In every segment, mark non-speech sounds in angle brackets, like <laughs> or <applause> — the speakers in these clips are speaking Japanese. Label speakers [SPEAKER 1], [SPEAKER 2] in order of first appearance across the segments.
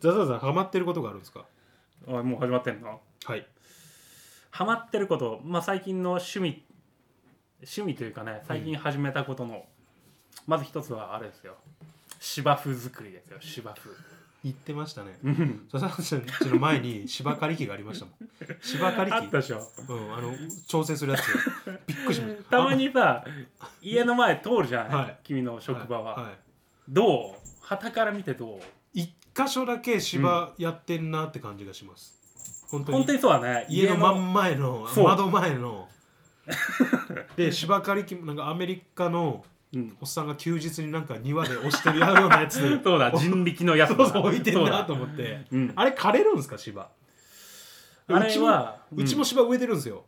[SPEAKER 1] ザザザハマってることがあるんですか
[SPEAKER 2] おいもう始まってんの
[SPEAKER 1] はい
[SPEAKER 2] ハマってること、まあ、最近の趣味趣味というかね最近始めたことの、まず一つはあれですよ芝生作りですよ芝生
[SPEAKER 1] 言ってましたね
[SPEAKER 2] うん
[SPEAKER 1] ザザザさんちの前に芝刈り機がありま
[SPEAKER 2] <laughs>
[SPEAKER 1] したもん芝刈り機
[SPEAKER 2] あったでしょ
[SPEAKER 1] うん、あの調整するやつびっくりしました
[SPEAKER 2] <laughs> たまにさ家の前通るじゃない、
[SPEAKER 1] はい
[SPEAKER 2] 君の職場は、
[SPEAKER 1] いい
[SPEAKER 2] どう旗から見てどう
[SPEAKER 1] 一箇所だけ芝やってんなって感じがします、本当に
[SPEAKER 2] 本当にそうだね
[SPEAKER 1] 家の真ん前の
[SPEAKER 2] そう
[SPEAKER 1] 窓前
[SPEAKER 2] <laughs>
[SPEAKER 1] ので芝刈り機もなんかアメリカの
[SPEAKER 2] うん
[SPEAKER 1] おっさんが休日になんか庭で押してるようなやつ
[SPEAKER 2] <laughs> そうだ人力のやつだ
[SPEAKER 1] そうそう置いてん
[SPEAKER 2] そう
[SPEAKER 1] な
[SPEAKER 2] だ
[SPEAKER 1] と思って、
[SPEAKER 2] うん
[SPEAKER 1] あれ枯れるんですか芝
[SPEAKER 2] あれは
[SPEAKER 1] うちも,、うちも芝植えてるんですよ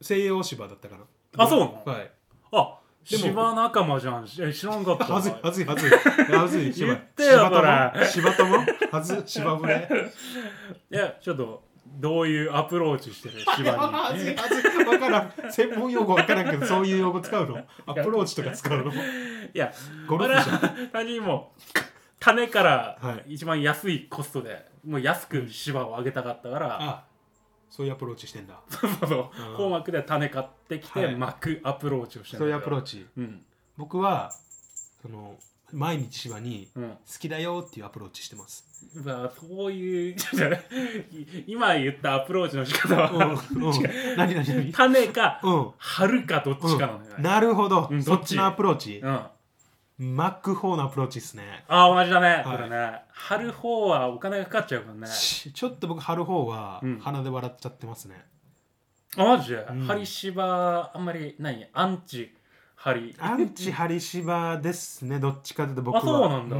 [SPEAKER 1] 西洋芝だったかな
[SPEAKER 2] あそうなの
[SPEAKER 1] はい
[SPEAKER 2] あ
[SPEAKER 1] でも
[SPEAKER 2] 芝仲間じゃんえ知らんかった
[SPEAKER 1] はずいはずいは
[SPEAKER 2] <laughs>
[SPEAKER 1] ずいはずい芝
[SPEAKER 2] 言ってよこれ
[SPEAKER 1] 芝とも芝ともはず芝ぶれ
[SPEAKER 2] <laughs> いやちょっとどういうアプローチしてる芝
[SPEAKER 1] <laughs> はずいはずいわからん専門用語わからんけどそういう用語使うのアプローチとか使うの
[SPEAKER 2] にいや
[SPEAKER 1] ゴ
[SPEAKER 2] こ
[SPEAKER 1] ル
[SPEAKER 2] れ
[SPEAKER 1] フじゃん
[SPEAKER 2] は単純にもう種から
[SPEAKER 1] は
[SPEAKER 2] 一番安いコストでもう安く芝を上げたかったから
[SPEAKER 1] あそういうアプローチしてんだ
[SPEAKER 2] そう <laughs> そうそう
[SPEAKER 1] うん
[SPEAKER 2] 紅膜で種買ってき
[SPEAKER 1] は
[SPEAKER 2] て
[SPEAKER 1] い
[SPEAKER 2] 巻くアプローチをして
[SPEAKER 1] そういうアプロー
[SPEAKER 2] チ
[SPEAKER 1] チ
[SPEAKER 2] うん
[SPEAKER 1] 僕はその毎日芝に
[SPEAKER 2] うん
[SPEAKER 1] 好きだよっていうアプローチしてます
[SPEAKER 2] うわそういう <laughs> ちょっと今言ったアプローチの仕方
[SPEAKER 1] うんうん
[SPEAKER 2] は
[SPEAKER 1] 何何何
[SPEAKER 2] <laughs> 種か
[SPEAKER 1] うん
[SPEAKER 2] 春かどっちかなのよね
[SPEAKER 1] なるほど、
[SPEAKER 2] うん
[SPEAKER 1] そ
[SPEAKER 2] どっ
[SPEAKER 1] っ
[SPEAKER 2] ち
[SPEAKER 1] ちのアプローチ
[SPEAKER 2] う、ん
[SPEAKER 1] マック方のアプローチですね
[SPEAKER 2] ああ同じだね、
[SPEAKER 1] はい
[SPEAKER 2] これね貼る方はお金がかかっちゃうからね
[SPEAKER 1] しちょっと僕貼る方は
[SPEAKER 2] うん
[SPEAKER 1] 鼻で笑っちゃってますね、
[SPEAKER 2] あマジで、
[SPEAKER 1] ん
[SPEAKER 2] 針芝あんまりないアンチ針
[SPEAKER 1] アンチ張り芝ですねどっちかというと僕は
[SPEAKER 2] あそうなんだ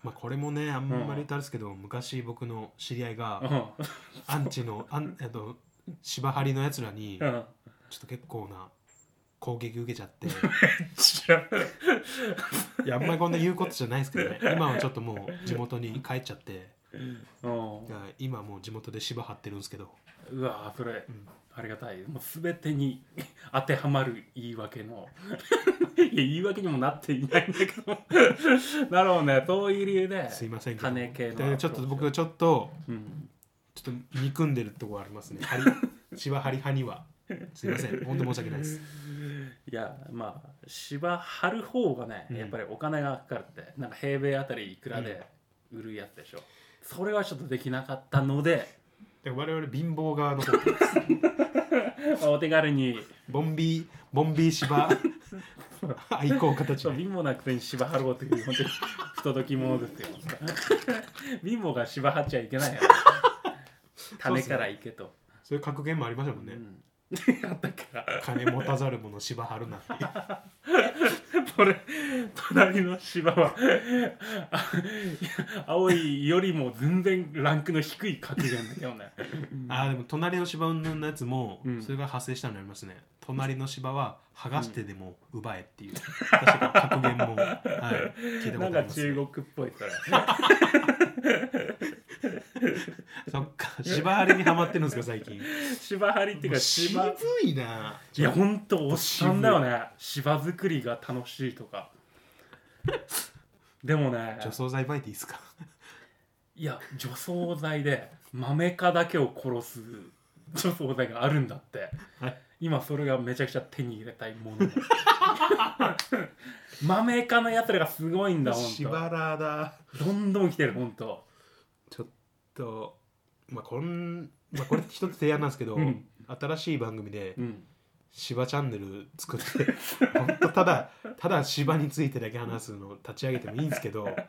[SPEAKER 1] まあ、これもねあんまり言ったんですけど、昔僕の知り合いが、
[SPEAKER 2] うん <laughs>
[SPEAKER 1] アンチのあんえっと芝張りのやつらに、
[SPEAKER 2] うん
[SPEAKER 1] ちょっと結構な攻撃受けちゃって
[SPEAKER 2] 知らん
[SPEAKER 1] いやあんまりこんな言うことじゃないですけど
[SPEAKER 2] <laughs>
[SPEAKER 1] ね今はちょっともう地元に帰っちゃって
[SPEAKER 2] うん
[SPEAKER 1] いや今もう地元で芝張ってるんですけど
[SPEAKER 2] うわそれ、ありがたいもう全てに当てはまる言い訳の <laughs> いや言い訳にもなっていないんだけど <laughs> なるほどねそういう理由です
[SPEAKER 1] いませんけど
[SPEAKER 2] 金系
[SPEAKER 1] で
[SPEAKER 2] の
[SPEAKER 1] ちょっと僕はちょっと
[SPEAKER 2] うん
[SPEAKER 1] ちょっと憎んでるところあり
[SPEAKER 2] <laughs>
[SPEAKER 1] ますね張り芝張り派にはすいません本当申し訳ないです
[SPEAKER 2] いやまあ芝張る方がね、
[SPEAKER 1] うん
[SPEAKER 2] やっぱりお金がかかるってなんか平米あたりいくらで売るやつでしょ、それはちょっとできなかったので
[SPEAKER 1] で我々貧乏側の方
[SPEAKER 2] お手軽に
[SPEAKER 1] ボンビーボンビー芝愛好家たち
[SPEAKER 2] そう
[SPEAKER 1] ね
[SPEAKER 2] 貧乏なくせに芝張ろうという本当に不届き者ですよ貧乏が芝張っちゃいけないよ種からいけと
[SPEAKER 1] そういう格言もありましたもん
[SPEAKER 2] う,、
[SPEAKER 1] ね、
[SPEAKER 2] んあったから
[SPEAKER 1] 金持たざる者芝張るなっていう
[SPEAKER 2] それ隣の芝はあいや青いよりも全然ランクの低い格言だけどね
[SPEAKER 1] あーでも隣の芝云々のやつも、
[SPEAKER 2] うん
[SPEAKER 1] それが発生したのありますね隣の芝は剥がしてでも奪えっていう、確か格言も、はい、聞いたこ
[SPEAKER 2] なん
[SPEAKER 1] とあり
[SPEAKER 2] か
[SPEAKER 1] ます、ね、
[SPEAKER 2] 中国っぽいそれ
[SPEAKER 1] そっか芝張りにはまってるんですか最近
[SPEAKER 2] 芝張りっていうか芝
[SPEAKER 1] 渋いない
[SPEAKER 2] やほんとおっさんだよね芝作りが楽しいとかでもね
[SPEAKER 1] 除草剤バイティーですか
[SPEAKER 2] いや除草剤で豆科だけを殺す除草剤があるんだって、
[SPEAKER 1] はい
[SPEAKER 2] 今それがめちゃくちゃ手に入れたいもの <laughs> だ豆科のやつらがすごいんだほん
[SPEAKER 1] 芝らだ
[SPEAKER 2] とどんどん来てるほんと
[SPEAKER 1] ちょっとまあこん、まあ、これ一つ提案なんですけど、
[SPEAKER 2] うん
[SPEAKER 1] 新しい番組で
[SPEAKER 2] うん
[SPEAKER 1] 芝チャンネル作ってほんとただただ芝についてだけ話すのを立ち上げてもいいんですけ
[SPEAKER 2] <laughs>
[SPEAKER 1] ど
[SPEAKER 2] はいは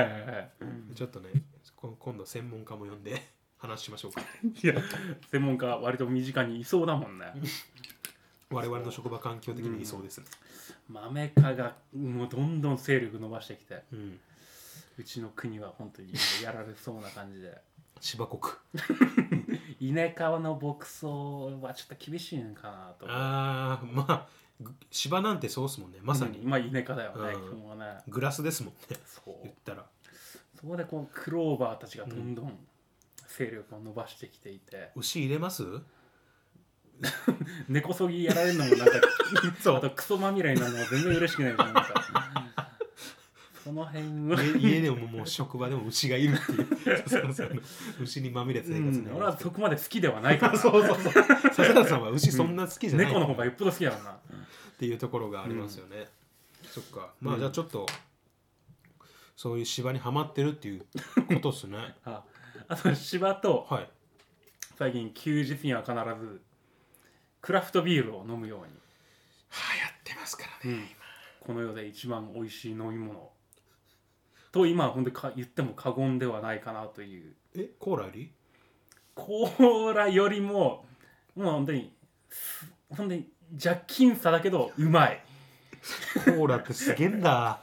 [SPEAKER 2] いはい
[SPEAKER 1] ちょっとねこ今度専門家も呼んで話しましょうか
[SPEAKER 2] いや専門家割と身近にいそうだもんね
[SPEAKER 1] 我々の職場環境的にいそうですね、
[SPEAKER 2] 豆科がもうどんどん勢力伸ばしてきて
[SPEAKER 1] うん
[SPEAKER 2] うちの国は本当にやられそうな感じで
[SPEAKER 1] 芝国
[SPEAKER 2] 稲川の牧草はちょっと厳しいのかなと
[SPEAKER 1] あーまあぐ芝なんてそうっすもんねまさに、
[SPEAKER 2] うんまあ稲科だよね、
[SPEAKER 1] うん
[SPEAKER 2] 基本はね
[SPEAKER 1] グラスですもんね
[SPEAKER 2] そう
[SPEAKER 1] 言ったら
[SPEAKER 2] そこでこうクローバーたちがどんどん勢力を伸ばしてきていて、
[SPEAKER 1] 牛入れます
[SPEAKER 2] 根こそぎやられるのもなんか
[SPEAKER 1] <laughs> そう <laughs>
[SPEAKER 2] あとクソまみれになるのも全然嬉しくないじゃんなんかその辺は
[SPEAKER 1] 家 <laughs> 家でももう職場でも牛がいるっていうそうそうそう牛にまみれた
[SPEAKER 2] う
[SPEAKER 1] 生活
[SPEAKER 2] ん
[SPEAKER 1] ね、
[SPEAKER 2] 俺はそこまで好きではないから
[SPEAKER 1] <laughs>
[SPEAKER 2] な
[SPEAKER 1] そうそうそう笹田さんは牛そんな好きじゃない、
[SPEAKER 2] 猫の方がよっぽど好きだもんな
[SPEAKER 1] っていうところがありますよね、そっかまあじゃあちょっと、そういう芝にはまってるっていうことっすね
[SPEAKER 2] ああと芝と
[SPEAKER 1] はい
[SPEAKER 2] 最近休日には必ずクラフトビールを飲むよう
[SPEAKER 1] はあ、やってますから
[SPEAKER 2] に、この世で一番美味しい飲み物と今は本当にか言っても過言ではないかなという
[SPEAKER 1] えコーラより
[SPEAKER 2] コーラよりももう本当にす本当に若干差だけどうまい
[SPEAKER 1] コーラってすげえんだ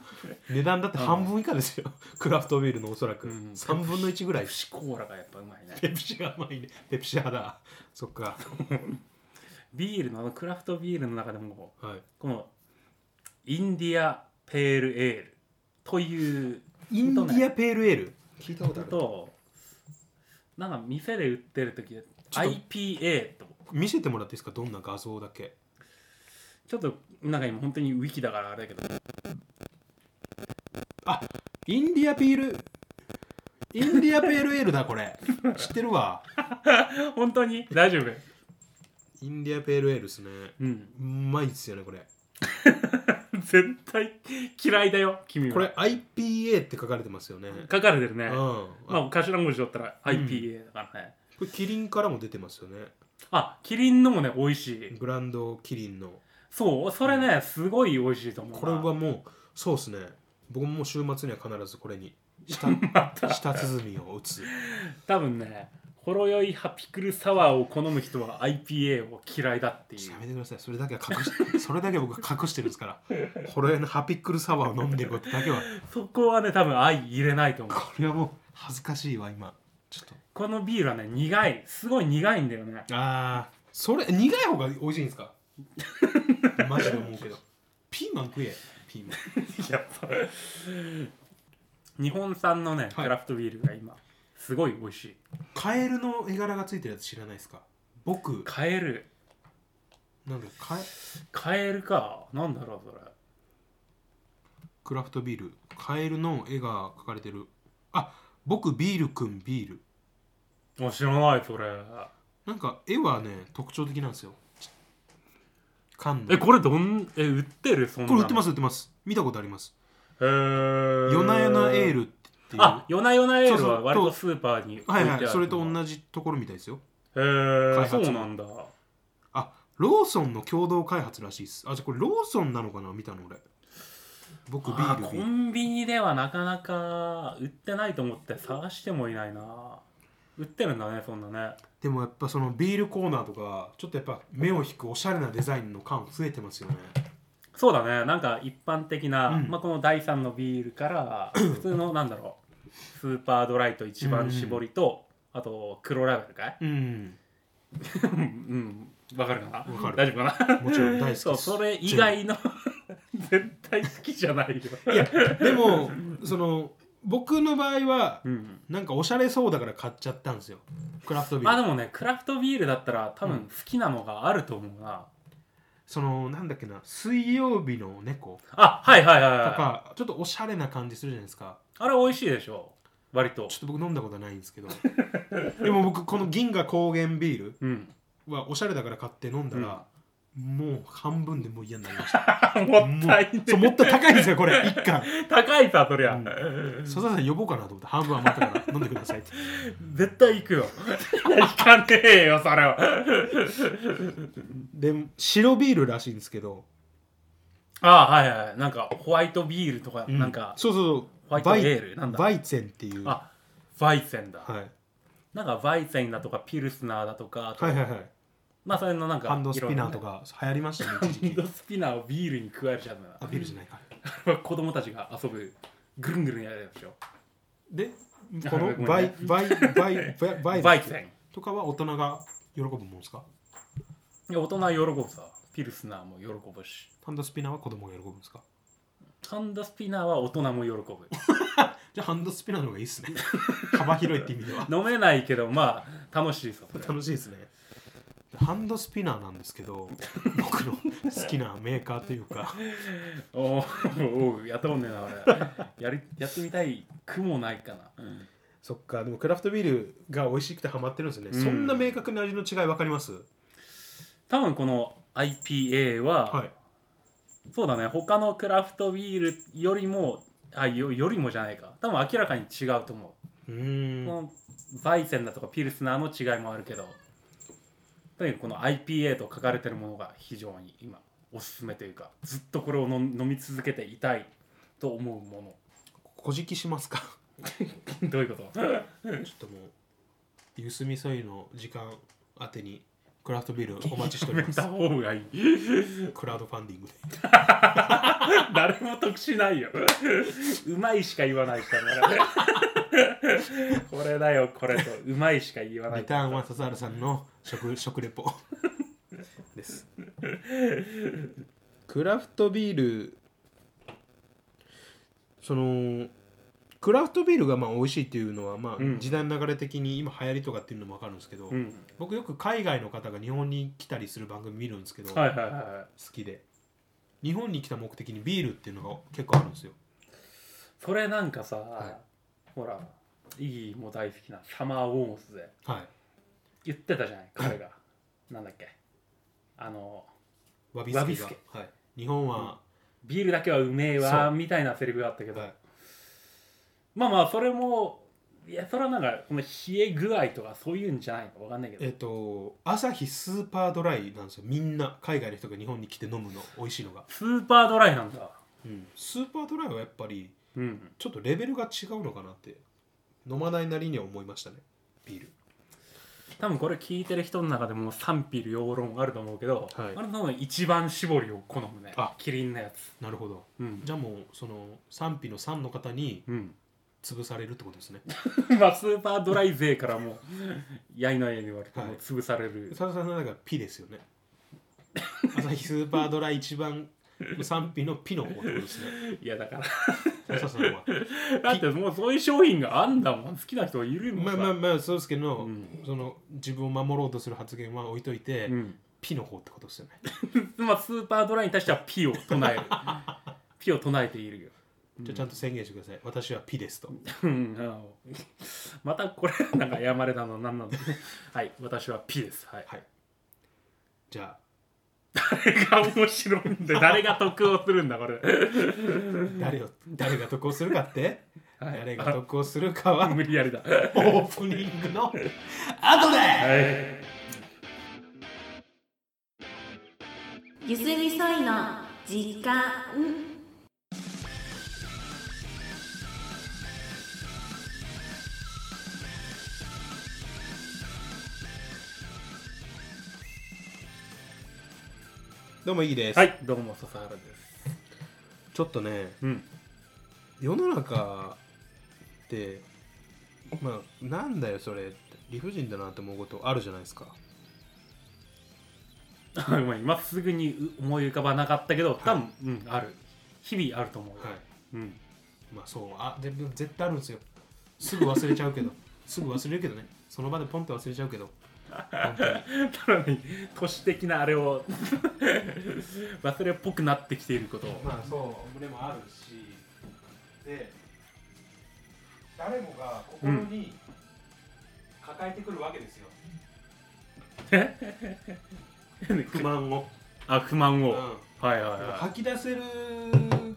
[SPEAKER 1] 値段だって半分以下ですよ、クラフトビールのおそらく、
[SPEAKER 2] うん
[SPEAKER 1] 3分の1ぐらい
[SPEAKER 2] ペプシコーラがやっぱうまいね
[SPEAKER 1] ペプシが甘いねペプシ派だそっか
[SPEAKER 2] ビールのあのクラフトビールの中でも
[SPEAKER 1] は
[SPEAKER 2] このインディアペールエールという
[SPEAKER 1] いインディアペールエール聞いたことある
[SPEAKER 2] となんか店で売ってる時
[SPEAKER 1] ちょっと
[SPEAKER 2] IPA と
[SPEAKER 1] 見せてもらっていいですかどんな画像だけ
[SPEAKER 2] ちょっとなんか今本当にウィキだからあれだけど
[SPEAKER 1] インディアピールインディアペールエールだこ <laughs> れ知ってるわ
[SPEAKER 2] 本当に大丈夫
[SPEAKER 1] インディアペールエールですね
[SPEAKER 2] うん
[SPEAKER 1] うまいっすよねこれ
[SPEAKER 2] 絶対嫌いだよ君は
[SPEAKER 1] これ IPA って書かれてますよね
[SPEAKER 2] 書かれてる
[SPEAKER 1] う
[SPEAKER 2] ね
[SPEAKER 1] ん
[SPEAKER 2] ま
[SPEAKER 1] あ
[SPEAKER 2] あ頭文字取ったら IPA だからね、
[SPEAKER 1] これキリンからも出てますよね
[SPEAKER 2] あキリンのもね美味しい
[SPEAKER 1] グランドキリンの
[SPEAKER 2] そうそれねすごい美味しいと思うな
[SPEAKER 1] これはもうそうっすね僕ももう週末には必ずこれに <laughs> 舌舌鼓を打つ
[SPEAKER 2] <laughs> 多分ねほろ酔いハピクルサワーを好む人は IPA を嫌いだってい
[SPEAKER 1] や
[SPEAKER 2] う
[SPEAKER 1] めてくださいそれだけは隠してそれだけ僕は隠してるんですからこれのハピックルサワーを飲んでることだけは
[SPEAKER 2] そこはね多分愛入れないと思う
[SPEAKER 1] これはもう恥ずかしいわ今ちょっと
[SPEAKER 2] このビールはね苦いすごい苦いんだよね
[SPEAKER 1] ああそれ苦い方が美味しいんですか <laughs> マジで思うけどピーマン食えピーマン
[SPEAKER 2] やっぱ日本産のね
[SPEAKER 1] はい
[SPEAKER 2] クラフトビールが今すごい美味しい
[SPEAKER 1] カエルの絵柄がついてるやつ知らないですか僕
[SPEAKER 2] カエル
[SPEAKER 1] なんだろうカエ
[SPEAKER 2] カエルかなんだろうそれ
[SPEAKER 1] クラフトビールカエルの絵が描かれてるあ僕ビールくんビール
[SPEAKER 2] もう知らないそれ
[SPEAKER 1] なんか絵はね特徴的なんですよち缶の
[SPEAKER 2] えこれどんえ売ってるそんな
[SPEAKER 1] これ売ってますす売ってます見たことあります
[SPEAKER 2] へー
[SPEAKER 1] 夜な夜なエールっていう
[SPEAKER 2] あ夜な夜なエー
[SPEAKER 1] そ
[SPEAKER 2] ル
[SPEAKER 1] うそ
[SPEAKER 2] は
[SPEAKER 1] う
[SPEAKER 2] 割とスーパーに置いてあ
[SPEAKER 1] はい
[SPEAKER 2] る
[SPEAKER 1] はいそれと同じところみたいですよ
[SPEAKER 2] へー
[SPEAKER 1] 開発
[SPEAKER 2] そ
[SPEAKER 1] も
[SPEAKER 2] うなんだ
[SPEAKER 1] あローソンの共同開発らしいですあじゃあこれローソンなのかな見たの俺僕ビ
[SPEAKER 2] あ
[SPEAKER 1] ール
[SPEAKER 2] コ
[SPEAKER 1] ビール
[SPEAKER 2] ンビニではなかなか売ってないと思って探してもいないな売ってるんだねそんなね
[SPEAKER 1] でもやっぱそのビールコーナーとかちょっとやっぱ目を引くおしゃれなデザインの缶増えてますよね
[SPEAKER 2] そうだねなんか一般的な、
[SPEAKER 1] うん
[SPEAKER 2] まあ、この第3のビールから普通のなんだろうスーパードライと一番搾りと、あと黒ラベルかい
[SPEAKER 1] うん
[SPEAKER 2] うんわかるかな
[SPEAKER 1] わかる
[SPEAKER 2] 大丈夫かな
[SPEAKER 1] もちろん大好きです
[SPEAKER 2] そうそれ以外の絶対好きじゃないよ
[SPEAKER 1] いやでもその僕の場合は
[SPEAKER 2] うん
[SPEAKER 1] なんかおしゃれそうだから買っちゃったんですよクラフトビー
[SPEAKER 2] まあ
[SPEAKER 1] ル
[SPEAKER 2] でもねクラフトビールだったら多分好きなのがあると思うな、
[SPEAKER 1] そのなんだっけな水曜日の猫
[SPEAKER 2] あはいはいはい
[SPEAKER 1] と
[SPEAKER 2] は
[SPEAKER 1] かちょっとおしゃれな感じするじゃないですか
[SPEAKER 2] いあれ美味しいでしょ割と
[SPEAKER 1] ちょっと僕飲んだことはないんですけどでも僕この銀河高原ビール
[SPEAKER 2] うん
[SPEAKER 1] はおしゃれだから買って飲んだら、もう半分でもう嫌になりました
[SPEAKER 2] <laughs> もったい
[SPEAKER 1] も
[SPEAKER 2] ね
[SPEAKER 1] うそうもっと高いんですよこれ一缶 <laughs>
[SPEAKER 2] 高いさそりゃ、
[SPEAKER 1] うん笹田さん呼ぼうかなと思って半分余ったから飲んでください
[SPEAKER 2] <laughs>
[SPEAKER 1] って
[SPEAKER 2] 絶対行くよ行かねえよそれは
[SPEAKER 1] で白ビールらしいんですけど、
[SPEAKER 2] あはいはいなんかホワイトビールとか、なんか
[SPEAKER 1] そうそうそ
[SPEAKER 2] ホワ
[SPEAKER 1] う
[SPEAKER 2] イト
[SPEAKER 1] バ
[SPEAKER 2] エ
[SPEAKER 1] イ
[SPEAKER 2] ールなんだ
[SPEAKER 1] バイツェンっていう、は
[SPEAKER 2] あバイセンだ、
[SPEAKER 1] い、
[SPEAKER 2] なんかバイセンだとかピルスナーだとかあと
[SPEAKER 1] はいはいはい
[SPEAKER 2] まあそれのなんか
[SPEAKER 1] ハンドスピナーと
[SPEAKER 2] い
[SPEAKER 1] か流行りましたね
[SPEAKER 2] ろん <laughs>
[SPEAKER 1] 一
[SPEAKER 2] な
[SPEAKER 1] 時
[SPEAKER 2] ハン
[SPEAKER 1] 期
[SPEAKER 2] ドスピナーをビールに加えるじゃん
[SPEAKER 1] あビールじゃないか
[SPEAKER 2] 子供たちが遊ぶぐるんぐるんやるやつでしょ
[SPEAKER 1] でこの
[SPEAKER 2] ごめんね
[SPEAKER 1] バイバイバイバイバイ
[SPEAKER 2] バイセン
[SPEAKER 1] とかは大人が喜ぶもんですか
[SPEAKER 2] いや大人は喜ぶさピルスナーも喜ぶし
[SPEAKER 1] ハンドスピナーは子供が喜ぶんですか
[SPEAKER 2] ハンドスピナーは大人も喜ぶ
[SPEAKER 1] じゃあハンドスピナーの方がいいっすね <laughs> 幅広いって意味では
[SPEAKER 2] 飲めないけどまあ楽しいさそれ
[SPEAKER 1] 楽しいですねハンドスピナーなんですけ <laughs> ど僕の好きなメーカーというか
[SPEAKER 2] おーおうやったもんねえな俺やりやってみたい苦もないかな、
[SPEAKER 1] そっかでもクラフトビールが美味しくてハマってるんですね、
[SPEAKER 2] うん
[SPEAKER 1] そんな明確な味の違い分かります
[SPEAKER 2] 多分この IPA は、
[SPEAKER 1] はい
[SPEAKER 2] そうだね他のクラフトビールよりもあよよりもじゃないか多分明らかに違うと思
[SPEAKER 1] う
[SPEAKER 2] う、
[SPEAKER 1] ー
[SPEAKER 2] こ
[SPEAKER 1] ん
[SPEAKER 2] のバイセンだとかピルスナーの違いもあるけどとにかくこの IPA と書かれてるものが非常に今おすすめというかずっとこれを飲飲み続けていたいと思うも
[SPEAKER 1] こじきしますか
[SPEAKER 2] の <laughs> どういうこと
[SPEAKER 1] <laughs> ちょっともうゆすみそいの時間当てにクラフトビールお待ちしており
[SPEAKER 2] や
[SPEAKER 1] ま
[SPEAKER 2] め
[SPEAKER 1] す
[SPEAKER 2] た方がいい
[SPEAKER 1] クラウドファンディングで
[SPEAKER 2] <laughs> 誰も得しないようまいしか言わないからね <laughs> これだよこれとうまいしか言わな
[SPEAKER 1] リ
[SPEAKER 2] い
[SPEAKER 1] ターンは笹原さんの <laughs> 食食レポですクラフトビールそのクラフトビールがまあ美味しいっていうのはまあ
[SPEAKER 2] うん
[SPEAKER 1] 時代の流れ的に今流行りとかっていうのも分かるんですけど、
[SPEAKER 2] うん
[SPEAKER 1] 僕よく海外の方が日本に来たりする番組見るんですけど、
[SPEAKER 2] はいはいはいはい
[SPEAKER 1] 好きで日本に来た目的にビールっていうのが結構あるんですよ
[SPEAKER 2] それなんかさ、
[SPEAKER 1] い
[SPEAKER 2] ほらいいも大好きなサマーウォームスで
[SPEAKER 1] はい
[SPEAKER 2] 言ってたじゃない彼がなんだっけあの
[SPEAKER 1] わびす
[SPEAKER 2] わび
[SPEAKER 1] け
[SPEAKER 2] す
[SPEAKER 1] が
[SPEAKER 2] け
[SPEAKER 1] はい、日本は、
[SPEAKER 2] ビールだけはうめえわ
[SPEAKER 1] そう
[SPEAKER 2] みたいなセリフがあったけど、
[SPEAKER 1] はい
[SPEAKER 2] まあまあそれもいやそれはなんかこの冷え具合とかそういうんじゃないのわかんないけど
[SPEAKER 1] えっと朝日スーパードライなんですよみんな海外の人が日本に来て飲むの美味しいのが、
[SPEAKER 2] スーパードライなんだ
[SPEAKER 1] スーパードライはやっぱり
[SPEAKER 2] うん
[SPEAKER 1] ちょっとレベルが違うのかなって飲まないなりには思いましたねビール
[SPEAKER 2] 多分これ聞いてる人の中でも賛否両論あると思うけど、
[SPEAKER 1] はい
[SPEAKER 2] あれ多分一番絞りを好むね
[SPEAKER 1] あ
[SPEAKER 2] キリンのやつ
[SPEAKER 1] なるほど
[SPEAKER 2] うん
[SPEAKER 1] じゃあもうその賛否の3の方に
[SPEAKER 2] うん
[SPEAKER 1] 潰されるってことですね
[SPEAKER 2] <laughs> まあスーパードライ勢からもうやいのやいに言われてもう潰される、
[SPEAKER 1] 佐々さんの中ピですよね朝日スーパードライ一番賛否のピの方ってことですね
[SPEAKER 2] <laughs> い、やだから
[SPEAKER 1] 佐々さんは
[SPEAKER 2] だってもうそういう商品があんだもん好きな人いるもん
[SPEAKER 1] ま
[SPEAKER 2] さ
[SPEAKER 1] あまあまあそうですけど、
[SPEAKER 2] うん
[SPEAKER 1] その自分を守ろうとする発言は置いといて、
[SPEAKER 2] うん
[SPEAKER 1] ピの方ってことですよね
[SPEAKER 2] まあスーパードライに対してはピを唱 <laughs> えるピを唱えているよ
[SPEAKER 1] じゃあちゃんと宣言してください。私はピですと。
[SPEAKER 2] うんあのまたこれなんか謝れたの何なのはい私はピですはい
[SPEAKER 1] はい。じゃ
[SPEAKER 2] 誰が <laughs> 面白いんで誰が得をするんだこ
[SPEAKER 1] あ
[SPEAKER 2] れ、
[SPEAKER 1] 誰を誰が得をするか <laughs> って、
[SPEAKER 2] はい
[SPEAKER 1] 誰が得をするかは
[SPEAKER 2] 無理やりだ
[SPEAKER 1] オープニングの後で。
[SPEAKER 2] はい
[SPEAKER 3] ゆすみそいの時間
[SPEAKER 1] どうもいいです。
[SPEAKER 2] はいどうも笹原です
[SPEAKER 1] ちょっとね、
[SPEAKER 2] うん
[SPEAKER 1] 世の中ってまあなんだよそれって理不尽だなって思うことあるじゃないですか。
[SPEAKER 2] あごめん <laughs> 今すぐに思い浮かばなかったけど多分、うんある日々あると思う、
[SPEAKER 1] はい。
[SPEAKER 2] うん <laughs>
[SPEAKER 1] まあそうあでも絶対あるんですよすぐ忘れちゃうけどすぐ忘れるけどねその場でポンって忘れちゃうけど本当に
[SPEAKER 2] ただね都市的なあれを <laughs> 忘れっぽくなってきていることを
[SPEAKER 1] まあそう胸もあるしで誰もが心に抱えてくるわけですよ、 <laughs> 不満を、
[SPEAKER 2] あ不満
[SPEAKER 1] う
[SPEAKER 2] を、
[SPEAKER 1] ん
[SPEAKER 2] はいはいは
[SPEAKER 1] 吐き出せる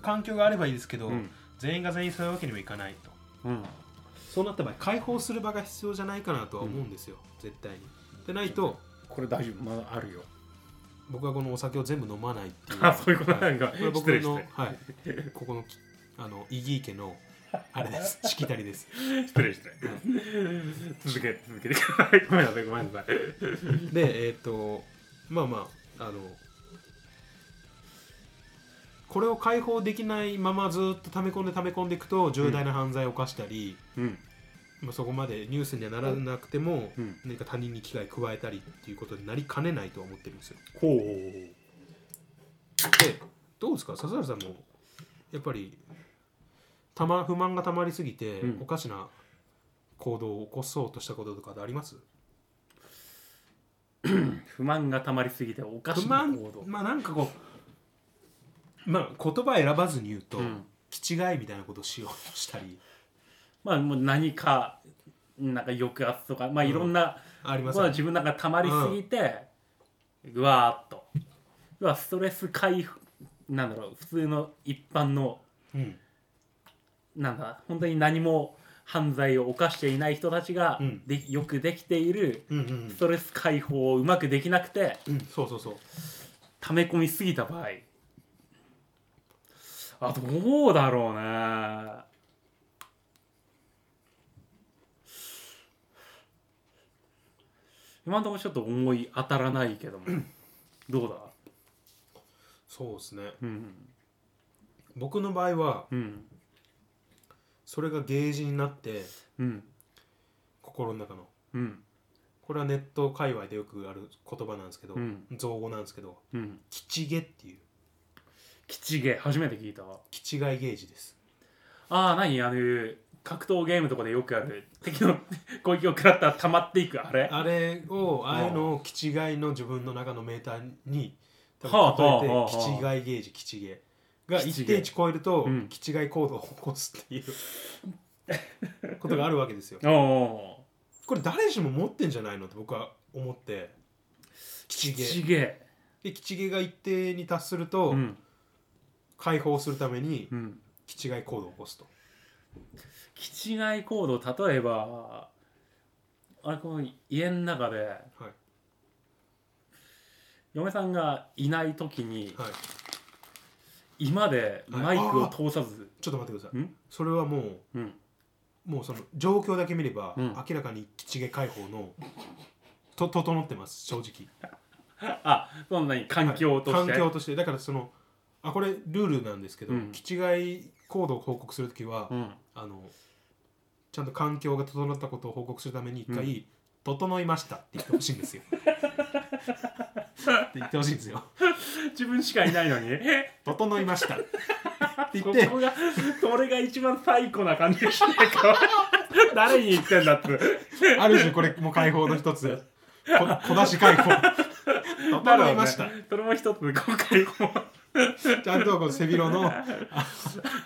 [SPEAKER 1] 環境があればいいですけど、
[SPEAKER 2] いうん、
[SPEAKER 1] 全員が全員そういうわけにもいかないと
[SPEAKER 2] うん、
[SPEAKER 1] そうなった場合解放する場が必要じゃないかなとは思うんですよ、絶対にでないと
[SPEAKER 2] これ大丈夫まだあるよ
[SPEAKER 1] 僕はこのお酒を全部飲まないっていう
[SPEAKER 2] あそういうことなんか
[SPEAKER 1] はいこれ僕
[SPEAKER 2] 失礼
[SPEAKER 1] の
[SPEAKER 2] 失礼
[SPEAKER 1] はいここのきあのイギー家のあれ
[SPEAKER 2] <laughs>
[SPEAKER 1] ですしきたりです
[SPEAKER 2] 失礼失礼続け続けてくださいごめんなさいごめんなさい
[SPEAKER 1] でえっ、とまあまああのこれを解放できないままずっと溜め込んで溜め込んでいくと重大な犯罪を犯したり、
[SPEAKER 2] うん
[SPEAKER 1] まあ、そこまでニュースにはならなくても、
[SPEAKER 2] うん
[SPEAKER 1] 何か他人に危害加えたりっていうことになりかねないとは思ってるんですよ
[SPEAKER 2] ほう
[SPEAKER 1] でどうですか笹原さんもやっぱりた、ま、不満がたまりすぎて、
[SPEAKER 2] うん
[SPEAKER 1] おかしな行動を起こそうとしたこととかってあります
[SPEAKER 2] 不満がたまりすぎておかし
[SPEAKER 1] 不
[SPEAKER 2] な
[SPEAKER 1] 満
[SPEAKER 2] 行動、
[SPEAKER 1] まあなんかこうまあ言葉選ばずに言うと、
[SPEAKER 2] うん
[SPEAKER 1] 気違いみたいなことをしようとしたり
[SPEAKER 2] まあもう何かなんか抑圧とかまあいろんな、
[SPEAKER 1] あります
[SPEAKER 2] まあ、
[SPEAKER 1] よね
[SPEAKER 2] 自分なんかたまりすぎて、うわーっとうわストレス回復なんだろう普通の一般の
[SPEAKER 1] うん
[SPEAKER 2] なんか本当に何も犯罪を犯していない人たちが
[SPEAKER 1] うん
[SPEAKER 2] で、よくできている
[SPEAKER 1] うんうん
[SPEAKER 2] ストレス解放をうまくできなくて
[SPEAKER 1] うん、そうそうそう
[SPEAKER 2] 溜め込みすぎた場合あどうだろうね今のところちょっと思い当たらないけどもどうだ
[SPEAKER 1] そうですね
[SPEAKER 2] うん
[SPEAKER 1] 僕の場合は
[SPEAKER 2] うん
[SPEAKER 1] それがゲージになって
[SPEAKER 2] うん
[SPEAKER 1] 心の中の
[SPEAKER 2] うん
[SPEAKER 1] これはネット界隈でよくある言葉なんですけど、
[SPEAKER 2] うん
[SPEAKER 1] 造語なんですけど
[SPEAKER 2] うん
[SPEAKER 1] 「きちげ」っていう
[SPEAKER 2] きちげ初めて聞いたわ
[SPEAKER 1] 「きちがいゲージ」です
[SPEAKER 2] ああ何あの格闘ゲームとかでよくある敵の攻撃を食らったら溜まっていくあれ
[SPEAKER 1] あれをああいうのをきちがいの自分の中のメーターに多
[SPEAKER 2] はあ
[SPEAKER 1] 分例
[SPEAKER 2] は
[SPEAKER 1] え
[SPEAKER 2] あはあ
[SPEAKER 1] てきちがいゲージきちげが
[SPEAKER 2] きち
[SPEAKER 1] 1
[SPEAKER 2] げ
[SPEAKER 1] 定値超えると
[SPEAKER 2] うん
[SPEAKER 1] きちがい行動を起こすっていうことがあるわけですよ
[SPEAKER 2] おお
[SPEAKER 1] これ誰しも持ってんじゃないのって僕は思ってきち
[SPEAKER 2] きち
[SPEAKER 1] げ
[SPEAKER 2] げ
[SPEAKER 1] できちげが一定に達すると、
[SPEAKER 2] うん
[SPEAKER 1] 解放するために
[SPEAKER 2] うん
[SPEAKER 1] きちがい行動を起こすと
[SPEAKER 2] きちがい行動例えばあれこの家の中で
[SPEAKER 1] はい
[SPEAKER 2] 嫁さんがいない時
[SPEAKER 1] <laughs>
[SPEAKER 2] に
[SPEAKER 1] はい
[SPEAKER 2] 居間でマイクを通さず、
[SPEAKER 1] ちょっと待ってください
[SPEAKER 2] ん
[SPEAKER 1] それはもう
[SPEAKER 2] うん、
[SPEAKER 1] もうその状況だけ見れば、
[SPEAKER 2] うん
[SPEAKER 1] 明らかにきちげ解放のと整ってます正直
[SPEAKER 2] あそんなに <laughs> 環境として、
[SPEAKER 1] 環境としてだからそのあこれルールなんですけど、
[SPEAKER 2] うん
[SPEAKER 1] きちがい行動を報告するときは、
[SPEAKER 2] うん、
[SPEAKER 1] あのちゃんと環境が整ったことを報告するために一回、
[SPEAKER 2] う
[SPEAKER 1] 整いましたって言ってほしいん
[SPEAKER 2] <laughs>
[SPEAKER 1] ですよって言ってほしいんですよ
[SPEAKER 2] 自分しかいない
[SPEAKER 1] <laughs>
[SPEAKER 2] のに
[SPEAKER 1] 整いましたって言
[SPEAKER 2] こ
[SPEAKER 1] っ
[SPEAKER 2] こ
[SPEAKER 1] て
[SPEAKER 2] がそれが一番最高な感じがしないか
[SPEAKER 1] <laughs>
[SPEAKER 2] 誰に言ってんだって
[SPEAKER 1] ある種これも解放の一つこ小出し解
[SPEAKER 2] <laughs>
[SPEAKER 1] 放整いました、
[SPEAKER 2] それも一つ今回も
[SPEAKER 1] ちゃんとこう背広
[SPEAKER 2] <laughs>
[SPEAKER 1] のあ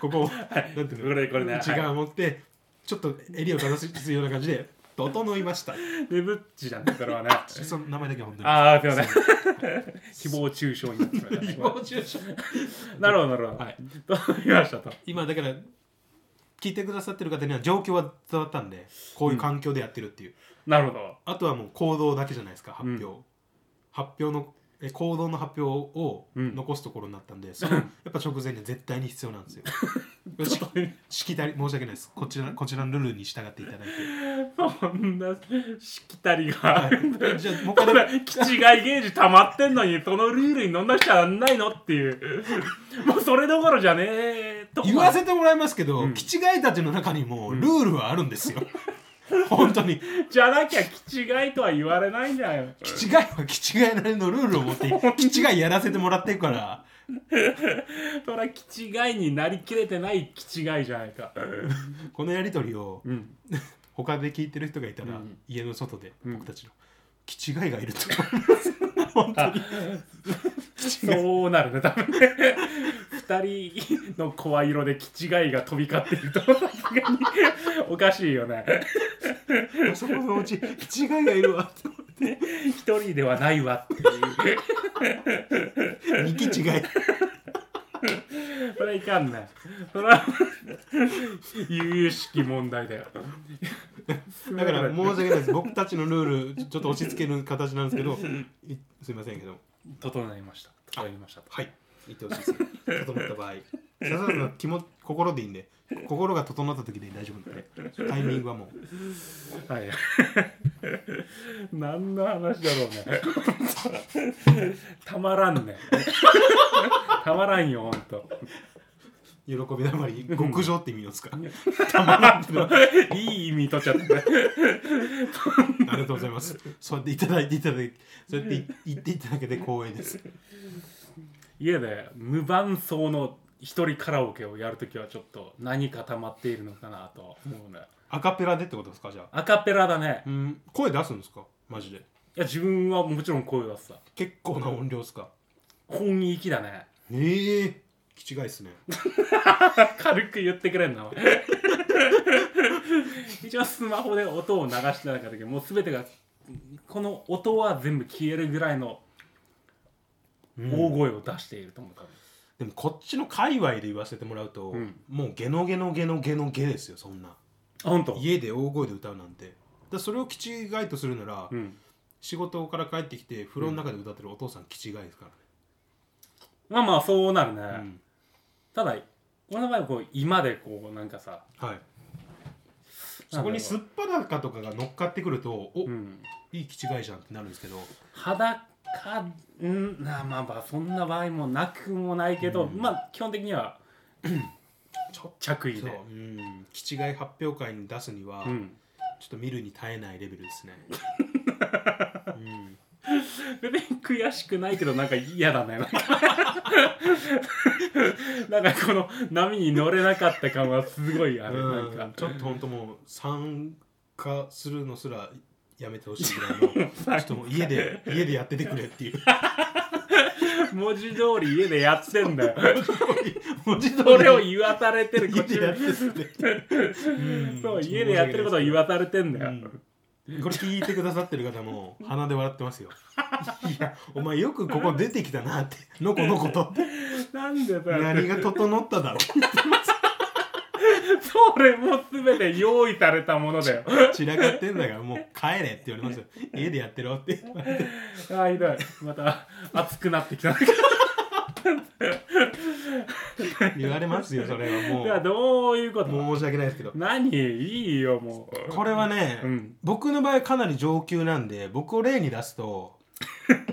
[SPEAKER 1] ここをなんていうの
[SPEAKER 2] これこれね
[SPEAKER 1] 内側を持って、ちょっと襟をかざすような感じで「整いました
[SPEAKER 2] レブッチなんだそれはね」
[SPEAKER 1] <laughs> その名前だけは本当に
[SPEAKER 2] ああすいません <laughs> 誹
[SPEAKER 1] <laughs>
[SPEAKER 2] 謗中傷になってしまいまし
[SPEAKER 1] 誹謗中傷
[SPEAKER 2] たなるほどなるほど
[SPEAKER 1] はい
[SPEAKER 2] と言いましたと
[SPEAKER 1] 今だから聞いてくださってる方には状況は伝わったんでこういう環境でやってるっていう、
[SPEAKER 2] なるほど
[SPEAKER 1] あとはもう行動だけじゃないですか発表、
[SPEAKER 2] う
[SPEAKER 1] 発表のえ行動の発表を
[SPEAKER 2] うん
[SPEAKER 1] 残すところになったん
[SPEAKER 2] <laughs>
[SPEAKER 1] で、そのやっぱ直前には絶対に必要なんですよししきたり申し訳ないですこちらこちらのルールに従っていただいて
[SPEAKER 2] そんなしきたりがあるんだ
[SPEAKER 1] じゃあもう一
[SPEAKER 2] こ
[SPEAKER 1] 回だ
[SPEAKER 2] れ気違いゲージ溜まってんのにそのルールに乗んなきゃなんないのっていうもうそれどころじゃねえと
[SPEAKER 1] 言わせてもらいますけど、
[SPEAKER 2] うん
[SPEAKER 1] キチガイたちの中にもルールはあるんです
[SPEAKER 2] <laughs>
[SPEAKER 1] よ、本当に
[SPEAKER 2] じゃなきゃ気違いとは言われないんだよ
[SPEAKER 1] キチガイはキチガイなりのルールを持ってキチガイやらせてもらってるから
[SPEAKER 2] それは気違いになりきれてない気違いじゃないか
[SPEAKER 1] このやり取りを
[SPEAKER 2] うん
[SPEAKER 1] 他で聞いてる人がいたら、
[SPEAKER 2] うん
[SPEAKER 1] 家の外で
[SPEAKER 2] うん
[SPEAKER 1] 僕たちのキチガイがいると <laughs> 思います本当に
[SPEAKER 2] そうなるね、多分ね。2人の声色で気違いが飛び交っていると、さすがにおかしいよね。
[SPEAKER 1] あそこのうちキチガイがいるわって思って
[SPEAKER 2] 1人ではないわっていう。 <laughs>
[SPEAKER 1] 二キチガイ
[SPEAKER 2] それはいかんね。それは、悠々しき問題だよ。
[SPEAKER 1] だから申し訳ないです僕たちのルールちょっと押し付ける形なんですけどいすいませんけど
[SPEAKER 2] 整いました。整いましたと。
[SPEAKER 1] はい、言ってほしい <laughs> ですね。整った場合。さささ気も心でいいんで、心が整った時で大丈夫なんで、タイミングはもう。
[SPEAKER 2] はい。何の話だろうね。たまらんね。たまらんよ、ほんと。
[SPEAKER 1] 喜びだまり、極上って意味を使う。たまらんけど、あ
[SPEAKER 2] いい意味取っちゃったね。
[SPEAKER 1] りがとうございます。そうやっていただいていただいて、そうやって言っていただけて光栄です。
[SPEAKER 2] 家で無伴奏の一人カラオケをやるときはちょっと何か溜まっているのかなと思うね
[SPEAKER 1] アカペラでってことですか、じゃあ。
[SPEAKER 2] アカペラだね
[SPEAKER 1] うん、声出すんですか、マジで。
[SPEAKER 2] や自分はもちろん声がさ
[SPEAKER 1] 結構な音量っすか
[SPEAKER 2] 本域だね
[SPEAKER 1] ええ気違いっすね
[SPEAKER 2] 軽く言ってくれんなおい <laughs> 一応スマホで音を流してなかったけどもう全てがこの音は全部消えるぐらいの大声を出していると思う多分
[SPEAKER 1] でもこっちの界隈で言わせてもらうと、
[SPEAKER 2] うん
[SPEAKER 1] もうゲノゲノゲノゲノゲですよそんな
[SPEAKER 2] あ本当
[SPEAKER 1] 家で大声で歌うなんてだからそれを気違いとするなら、
[SPEAKER 2] うん
[SPEAKER 1] 仕事から帰ってきて風呂の中で歌ってるお父さん気違いですか
[SPEAKER 2] まあまあそうなるね、
[SPEAKER 1] らね、
[SPEAKER 2] ただ俺の場合はこう今でこうなんかさ
[SPEAKER 1] はいそこにすっぱだかとかが乗っかってくるとお、
[SPEAKER 2] うん
[SPEAKER 1] いい気違いじゃんってなるんですけど
[SPEAKER 2] 裸んなまあまあそんな場合もなくもないけど、
[SPEAKER 1] うん
[SPEAKER 2] まあ基本的には
[SPEAKER 1] ちょっ
[SPEAKER 2] 着
[SPEAKER 1] と
[SPEAKER 2] 衣で
[SPEAKER 1] うん気違い発表会に出すには、
[SPEAKER 2] うん
[SPEAKER 1] ちょっと見るに耐えないレベル
[SPEAKER 2] <laughs>
[SPEAKER 1] ですね、うん
[SPEAKER 2] 別に悔しくないけどなんか嫌だねなんか <laughs> なんかこの波に乗れなかった感はすごいある、
[SPEAKER 1] うん
[SPEAKER 2] なんか
[SPEAKER 1] ちょっと本当もう参加するのすらやめてほしいぐらい
[SPEAKER 2] <laughs>
[SPEAKER 1] のちょっともう家で家でやっててくれっていう
[SPEAKER 2] 文字通り家でやってんだよ
[SPEAKER 1] <laughs> 文字通
[SPEAKER 2] それを
[SPEAKER 1] り
[SPEAKER 2] 言わされてるこ
[SPEAKER 1] 家
[SPEAKER 2] っち
[SPEAKER 1] でやっててくれっていう
[SPEAKER 2] <laughs> そう家でやってることを言わされてんだよ、
[SPEAKER 1] うんこれ聞いてくださってる方も鼻で笑ってますよいやお前よくここ出てきたなってのこのことって
[SPEAKER 2] なんでだよ
[SPEAKER 1] 何が整っただろ
[SPEAKER 2] それも全て用意されたものだよ
[SPEAKER 1] う散らかってんだからもう帰れって言われますよ家でやってろって
[SPEAKER 2] あーひどいまた熱くなってきた
[SPEAKER 1] 言われますよそれはも
[SPEAKER 2] いやどういうこ
[SPEAKER 1] う
[SPEAKER 2] と
[SPEAKER 1] もう申し訳ないですけど
[SPEAKER 2] 何いいよもう
[SPEAKER 1] これはね、
[SPEAKER 2] うん
[SPEAKER 1] 僕の場合かなり上級なんで僕を例に出すと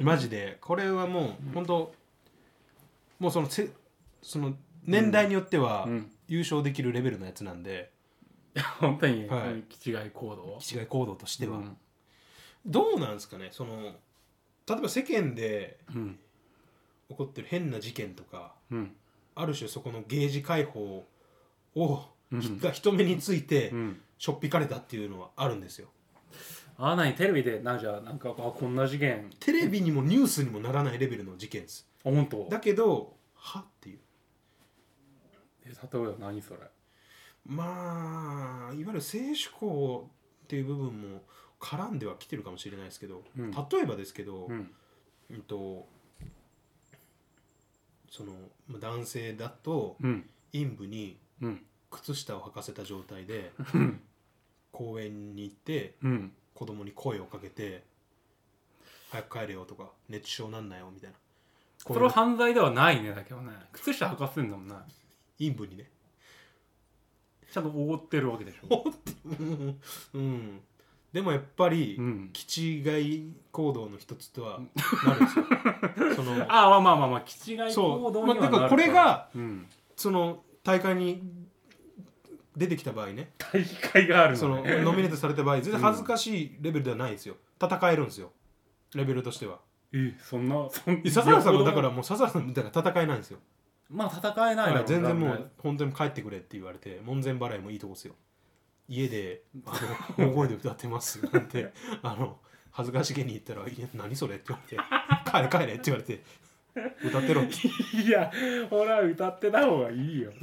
[SPEAKER 1] マジでこれはもう本当もうそのせその年代によっては
[SPEAKER 2] うん
[SPEAKER 1] 優勝できるレベルのやつなんで
[SPEAKER 2] 本当に、
[SPEAKER 1] はい
[SPEAKER 2] うん気違い行動
[SPEAKER 1] 気違い行動としては、
[SPEAKER 2] うん
[SPEAKER 1] どうなんですかねその例えば世間で
[SPEAKER 2] うん
[SPEAKER 1] 起こってる変な事件とか
[SPEAKER 2] うん
[SPEAKER 1] ある種そこのゲージ解放を、
[SPEAKER 2] うん
[SPEAKER 1] が人目について
[SPEAKER 2] うん
[SPEAKER 1] しょっぴかれたっていうのはあるんですよ
[SPEAKER 2] ああ何テレビでなんじゃなんかあこんな事件
[SPEAKER 1] テレビにもニュースにもならないレベルの事件です
[SPEAKER 2] あ本当
[SPEAKER 1] だけどはっていう
[SPEAKER 2] え例えば何それ
[SPEAKER 1] まあいわゆる性嗜好っていう部分も絡んではきてるかもしれないですけど、
[SPEAKER 2] うん
[SPEAKER 1] 例えばですけど、う
[SPEAKER 2] うんん
[SPEAKER 1] とそのまあ男性だと
[SPEAKER 2] うん
[SPEAKER 1] 陰部に
[SPEAKER 2] うん
[SPEAKER 1] 靴下を履かせた状態で
[SPEAKER 2] うん
[SPEAKER 1] 公園に行って
[SPEAKER 2] うん
[SPEAKER 1] 子供に声をかけて「早く帰れよ」とか「熱中症なんなよ」みたいなこ
[SPEAKER 2] そう
[SPEAKER 1] い
[SPEAKER 2] れは
[SPEAKER 1] う
[SPEAKER 2] 犯罪ではないねだけどね靴下履かせんだもんね
[SPEAKER 1] 陰部にね
[SPEAKER 2] ちゃんと覆ってるわけでしょ
[SPEAKER 1] おってうんうんでもやっぱり、
[SPEAKER 2] うん
[SPEAKER 1] 気違い行動の一つとはなるんですよ
[SPEAKER 2] <laughs>
[SPEAKER 1] その
[SPEAKER 2] ああまあまあまあ気違い行動にはなる
[SPEAKER 1] そうまあだからこれが、
[SPEAKER 2] うん、
[SPEAKER 1] その大会に出てきた場合ね
[SPEAKER 2] 大会があるのね
[SPEAKER 1] そのノミネートされた場合全然恥ずかしいレベルではないですよ戦えるんですよレベルとしては
[SPEAKER 2] えそんなそん
[SPEAKER 1] 笹原さんも
[SPEAKER 2] よ
[SPEAKER 1] だ
[SPEAKER 2] ほど
[SPEAKER 1] からもう笹原さんみたいな戦えないんですよ
[SPEAKER 2] まあ戦
[SPEAKER 1] だ
[SPEAKER 2] えな
[SPEAKER 1] か
[SPEAKER 2] いだろ
[SPEAKER 1] ら
[SPEAKER 2] う
[SPEAKER 1] 全然も
[SPEAKER 2] 多分
[SPEAKER 1] う本当に帰ってくれって言われて門前払いもいいとこですよ家であの大声で歌ってますなん
[SPEAKER 2] <laughs>
[SPEAKER 1] てあの恥ずかしげに言ったら「いや何それ?」って言われて「帰れ帰れ」って言われて歌ってろって
[SPEAKER 2] ねいや俺は歌ってた方がいいよ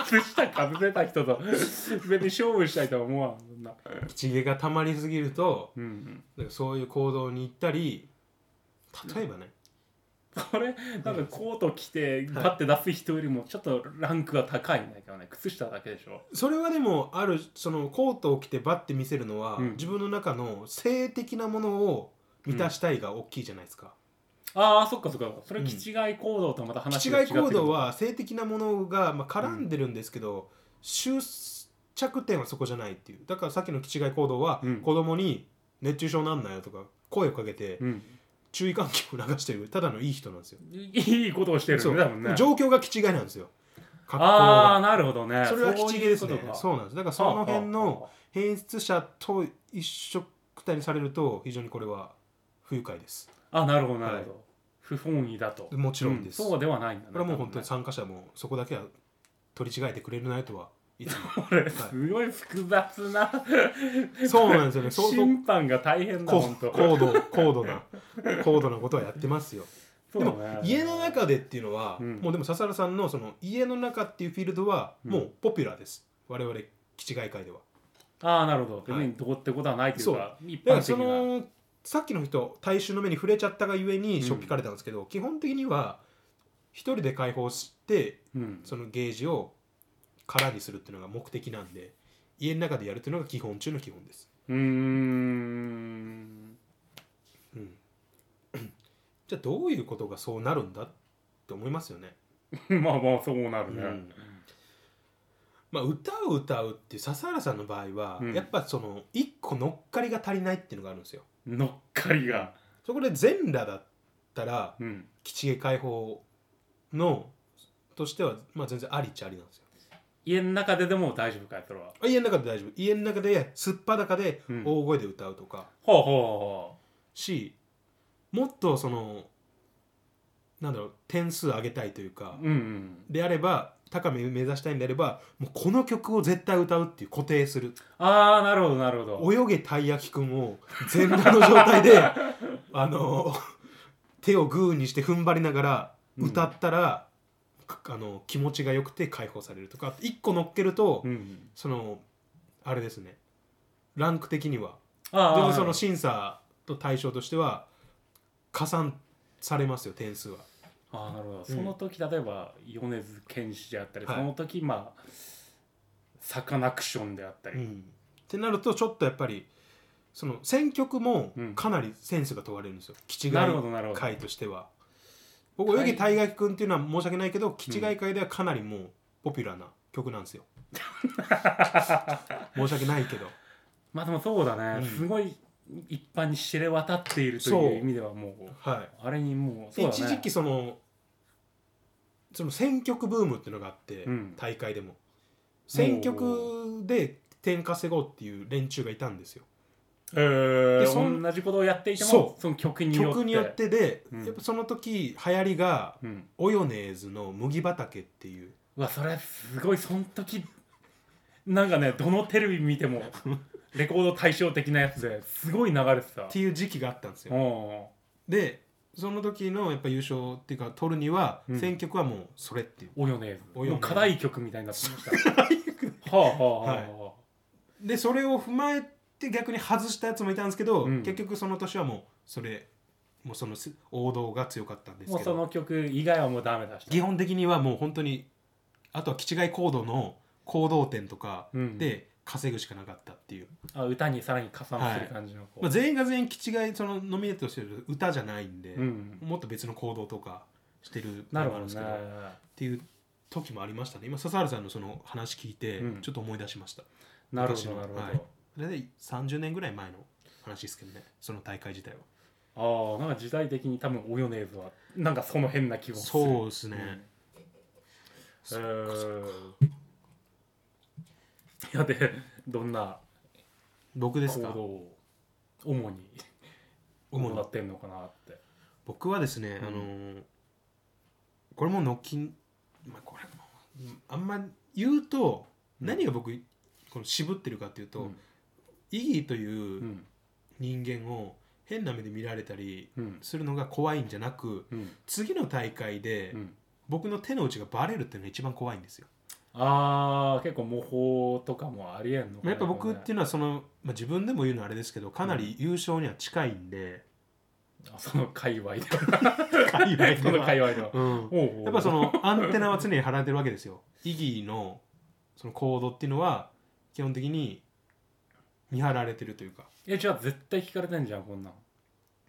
[SPEAKER 2] 靴下かぶせた人と別に勝負したいとは思わんそんな
[SPEAKER 1] 口毛が溜まりすぎると
[SPEAKER 2] うん
[SPEAKER 1] なんかそういう行動に行ったり例えばね、
[SPEAKER 2] これなんかコート着て
[SPEAKER 1] はい
[SPEAKER 2] パッて出す人よりもちょっとランクが高いんだけどね靴下だけでしょ
[SPEAKER 1] それはでもあるそのコートを着てバッて見せるのは、
[SPEAKER 2] うん
[SPEAKER 1] 自分の中の性的なものを満たしたいが大きいじゃないですか。
[SPEAKER 2] ああそっかそっかそれ気違い行動とまた
[SPEAKER 1] 気
[SPEAKER 2] 話が
[SPEAKER 1] 違
[SPEAKER 2] 違
[SPEAKER 1] い
[SPEAKER 2] ってくる
[SPEAKER 1] 行動は性的なものが、まあ、絡んでるんですけど、終着点はそこじゃないっていうだからさっきの気違い行動は、
[SPEAKER 2] うん
[SPEAKER 1] 子供に熱中症なんなよとか声をかけて
[SPEAKER 2] うん
[SPEAKER 1] 注意喚起を流してるただのいい人なんですよ。
[SPEAKER 2] いいことをしてる
[SPEAKER 1] そ
[SPEAKER 2] よ
[SPEAKER 1] う
[SPEAKER 2] ね多分ね
[SPEAKER 1] 状況が気違いなんですよ。格好が
[SPEAKER 2] ああなるほどね
[SPEAKER 1] それは基地ですね
[SPEAKER 2] ういうことか
[SPEAKER 1] そうなんですだからその辺
[SPEAKER 2] はあ
[SPEAKER 1] の
[SPEAKER 2] は
[SPEAKER 1] 変質者と一緒くたにされると非常にこれは不愉快です
[SPEAKER 2] あはああなるほどなるほど、不本意だと
[SPEAKER 1] もちろんです、
[SPEAKER 2] うそうではないんだね
[SPEAKER 1] これはもう本当に
[SPEAKER 2] 多分
[SPEAKER 1] 参
[SPEAKER 2] ね
[SPEAKER 1] 加者もそこだけは取り違えてくれるなよとはいつも
[SPEAKER 2] これすごい複雑
[SPEAKER 1] <laughs>
[SPEAKER 2] な、
[SPEAKER 1] そうなんです
[SPEAKER 2] <laughs>
[SPEAKER 1] よねそうそう
[SPEAKER 2] 審判が大変だ
[SPEAKER 1] こ
[SPEAKER 2] 本当
[SPEAKER 1] 高度高度な高度なことはやってますよ
[SPEAKER 2] そう
[SPEAKER 1] で
[SPEAKER 2] だ
[SPEAKER 1] も
[SPEAKER 2] ね
[SPEAKER 1] 家の中でっていうのは、
[SPEAKER 2] うん
[SPEAKER 1] もうでも笹原さんのその家の中っていうフィールドは
[SPEAKER 2] うん
[SPEAKER 1] もうポピュラーです、我々基地外会では
[SPEAKER 2] ああなるほど別
[SPEAKER 1] はい
[SPEAKER 2] にどこってことはないというか一
[SPEAKER 1] だから
[SPEAKER 2] 般的
[SPEAKER 1] そ
[SPEAKER 2] な
[SPEAKER 1] のさっきの人大衆の目に触れちゃったがゆえにしょっぴかれたんですけど、基本的には一人で解放して
[SPEAKER 2] うん
[SPEAKER 1] そのゲージを空にするっていうのが目的なんで家の中でやるっていうのが基本中の基本です、
[SPEAKER 2] うーん <laughs>
[SPEAKER 1] うん、じゃあどういうことがそうなるんだって思いますよね
[SPEAKER 2] まあまあそうなるね、
[SPEAKER 1] うんまあ、歌を歌うっていう笹原さんの場合は、
[SPEAKER 2] うん
[SPEAKER 1] やっぱその一個乗っかりが足りないっていうのがあるんですよ
[SPEAKER 2] 乗っかりが、
[SPEAKER 1] そこで全裸だったら
[SPEAKER 2] うん、
[SPEAKER 1] 吉毛解放のとしては、まあ、全然ありっちゃありなんですよ
[SPEAKER 2] 家の中ででも大丈夫かいそれは
[SPEAKER 1] あ家の中で大丈夫家の中ですっぱだかで
[SPEAKER 2] うん
[SPEAKER 1] 大声で歌うとか、
[SPEAKER 2] ほうほ
[SPEAKER 1] しもっとそのなんだろう点数上げたいという
[SPEAKER 2] う
[SPEAKER 1] か、
[SPEAKER 2] ほううん
[SPEAKER 1] であれば高め目指したいんであればもうこの曲を絶対歌うっていう固定する
[SPEAKER 2] ああなるほどなるほど
[SPEAKER 1] 泳げたい焼きくんを全裸の状態
[SPEAKER 2] <laughs>
[SPEAKER 1] であの手をグーにして踏ん張りながら歌ったら、かあの気持ちが良くて解放されるとか一個乗っけると、
[SPEAKER 2] うん
[SPEAKER 1] そのあれですねランク的には
[SPEAKER 2] あ
[SPEAKER 1] 全然その
[SPEAKER 2] ー
[SPEAKER 1] 審査と対象としては加算されますよ点数は。
[SPEAKER 2] あーなるほど、その時例えば米津玄師であったり、
[SPEAKER 1] はい
[SPEAKER 2] その時まあサカナクションであったり、
[SPEAKER 1] うんってなるとちょっとやっぱりその選曲も
[SPEAKER 2] うん
[SPEAKER 1] かなりセンスが問われるんですよ。気違い
[SPEAKER 2] なるほどなるほど
[SPEAKER 1] 会としては僕泳ぎたいがきくんっていうのは申し訳ないけど気違い会ではかなりもうポピュラーな曲なんです
[SPEAKER 2] <laughs>
[SPEAKER 1] よ申し訳ないけど
[SPEAKER 2] まあでもそうだね、
[SPEAKER 1] うん
[SPEAKER 2] すごい一般に知れ渡っていると
[SPEAKER 1] そう
[SPEAKER 2] いう意味ではもう
[SPEAKER 1] は
[SPEAKER 2] あれにも
[SPEAKER 1] い、
[SPEAKER 2] うそうだね
[SPEAKER 1] 一時期そのその選曲ブームっていうのがあって、
[SPEAKER 2] うん
[SPEAKER 1] 大会でも選曲で点稼ごうっていう連中がいたんですよ
[SPEAKER 2] えー
[SPEAKER 1] でそん
[SPEAKER 2] 同じことをやっていても
[SPEAKER 1] そ
[SPEAKER 2] その曲によって
[SPEAKER 1] 曲によってで、
[SPEAKER 2] うん
[SPEAKER 1] やっぱその時流行りが
[SPEAKER 2] うん、
[SPEAKER 1] オヨネーズの「麦畑」っていう
[SPEAKER 2] うわそれすごいその時なんかねどのテレビ見て
[SPEAKER 1] <laughs>
[SPEAKER 2] もレコード対照的なやつですごい流れてた
[SPEAKER 1] っていう時期があったんですよ
[SPEAKER 2] うん
[SPEAKER 1] でその時のやっぱ優勝っていうか取るには、
[SPEAKER 2] うん
[SPEAKER 1] 選曲はもうそれっていう
[SPEAKER 2] およね
[SPEAKER 1] およね
[SPEAKER 2] もう課題曲みたいになってましたはあはあはあ、は
[SPEAKER 1] でそれを踏まえて逆に外したやつもいたんですけど、
[SPEAKER 2] うん
[SPEAKER 1] 結局その年はもうそれもうそのす王道が強かったんで
[SPEAKER 2] い、
[SPEAKER 1] す
[SPEAKER 2] もう
[SPEAKER 1] け
[SPEAKER 2] そ
[SPEAKER 1] ど
[SPEAKER 2] の曲以外はもうダメだし
[SPEAKER 1] 基本的にはもう本当にあとは気違い行動の行動点とか
[SPEAKER 2] うん
[SPEAKER 1] で稼ぐしかなかったっていう、
[SPEAKER 2] あ歌にさらに加算する感じのこう、
[SPEAKER 1] まあ、全員が全員気違いそのノミネートしてる歌じゃないんで、
[SPEAKER 2] うん
[SPEAKER 1] もっと別の行動とかしてる
[SPEAKER 2] な
[SPEAKER 1] のもあ
[SPEAKER 2] るほ
[SPEAKER 1] ん
[SPEAKER 2] ど
[SPEAKER 1] ですけ
[SPEAKER 2] ね
[SPEAKER 1] どっていう時もありましたね今笹原さんのその話聞いて
[SPEAKER 2] うん
[SPEAKER 1] ちょっと思い出しました、
[SPEAKER 2] なるほ
[SPEAKER 1] 昔
[SPEAKER 2] ど
[SPEAKER 1] の
[SPEAKER 2] なるほど、
[SPEAKER 1] はいそれで30年ぐらい前の話ですけどねその大会自体は
[SPEAKER 2] ああなんか時代的に多分およねえぞはなんかその変な気もする
[SPEAKER 1] そうですね、
[SPEAKER 2] うんえーいやでどんな
[SPEAKER 1] 僕です
[SPEAKER 2] 行
[SPEAKER 1] か
[SPEAKER 2] 動を主に
[SPEAKER 1] 主
[SPEAKER 2] 行
[SPEAKER 1] に
[SPEAKER 2] ってんのかなって
[SPEAKER 1] 僕はですね、
[SPEAKER 2] うん
[SPEAKER 1] あのーこれもノッキン、まあ、これもうんあんま言うと
[SPEAKER 2] うん
[SPEAKER 1] 何が僕この渋ってるかっていうと、
[SPEAKER 2] うん
[SPEAKER 1] イギーと
[SPEAKER 2] う
[SPEAKER 1] いうん人間を変な目で見られたり
[SPEAKER 2] うん
[SPEAKER 1] するのが怖いんじゃなく
[SPEAKER 2] うん
[SPEAKER 1] 次の大会で
[SPEAKER 2] うん
[SPEAKER 1] 僕の手の内がバレるっていうのが一番怖いんですよ。
[SPEAKER 2] ああ結構模倣とかもありえんのかな
[SPEAKER 1] やっぱ僕っていうのはその、まあ、自分でも言うのはあれですけどかなり優勝には近いんで、
[SPEAKER 2] あその界隈で
[SPEAKER 1] <laughs> 界隈
[SPEAKER 2] そ
[SPEAKER 1] で
[SPEAKER 2] の
[SPEAKER 1] は
[SPEAKER 2] 界隈では
[SPEAKER 1] うん、
[SPEAKER 2] おうおう
[SPEAKER 1] やっぱそのアンテナは常に張られてるわけですよ。イギーのその行動っていうのは基本的に見張られてるというか
[SPEAKER 2] えじゃあ絶対聞かれてんじゃんこんなん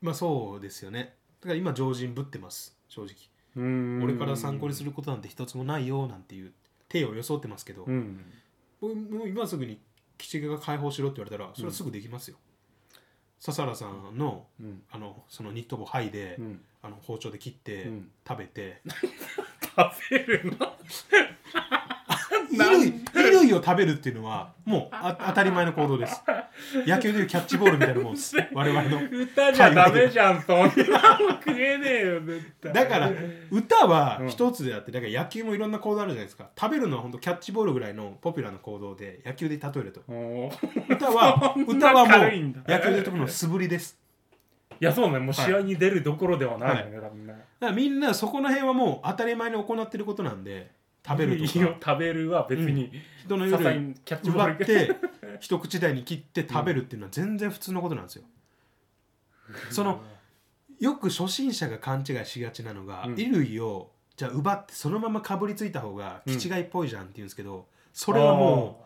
[SPEAKER 1] まあそうですよね。だから今常人ぶってます正直。
[SPEAKER 2] うーん
[SPEAKER 1] 俺から参考にすることなんて一つもないよなんていう手を装ってますけど、
[SPEAKER 2] うん
[SPEAKER 1] 僕もう今すぐに基地が解放しろって言われたらそれはすぐできますよ。笹原さんの
[SPEAKER 2] うん
[SPEAKER 1] あのそのニット帽剥いで、
[SPEAKER 2] うん
[SPEAKER 1] あの包丁で切って、
[SPEAKER 2] うん
[SPEAKER 1] 食べて
[SPEAKER 2] 食べるの
[SPEAKER 1] 衣類衣類を食べるっていうのはもうあ当たり前の行動
[SPEAKER 2] <laughs>
[SPEAKER 1] です野球でいうキャッチボールみたいなもんです我々の
[SPEAKER 2] 歌じゃダメじゃんそんなの食えねえよ絶対
[SPEAKER 1] だから歌は一つであってだから野球もいろんな行動あるじゃないですか食べるのは本当キャッチボールぐらいのポピュラーな行動で野球で例えると
[SPEAKER 2] もう
[SPEAKER 1] 歌は
[SPEAKER 2] そん
[SPEAKER 1] 歌は
[SPEAKER 2] な
[SPEAKER 1] もう
[SPEAKER 2] 軽いんだ
[SPEAKER 1] 野球で例えるの素振りです
[SPEAKER 2] いやそうねもう試合に出るどころではないよね、多分ね
[SPEAKER 1] だからみんなそこの辺はもう当たり前に行ってることなんで食べると
[SPEAKER 2] いいよ
[SPEAKER 1] か
[SPEAKER 2] 食べるは別に、
[SPEAKER 1] 人の
[SPEAKER 2] 些細
[SPEAKER 1] 夜
[SPEAKER 2] にキャッチボー
[SPEAKER 1] 奪っ
[SPEAKER 2] ル
[SPEAKER 1] て
[SPEAKER 2] <laughs>
[SPEAKER 1] 一口大に切って食べるっていうのは全然普通のことなんですよ。そのよく初心者が勘違いしがちなのが、
[SPEAKER 2] うん
[SPEAKER 1] 衣類をじゃあ奪ってそのままかぶりついた方が
[SPEAKER 2] うん
[SPEAKER 1] 気違いっぽいじゃんって言うんですけど、それはも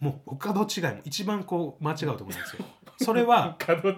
[SPEAKER 1] うもうお門違いも一番こう間違うところなんです
[SPEAKER 2] <laughs>
[SPEAKER 1] よ。それは
[SPEAKER 2] う角違い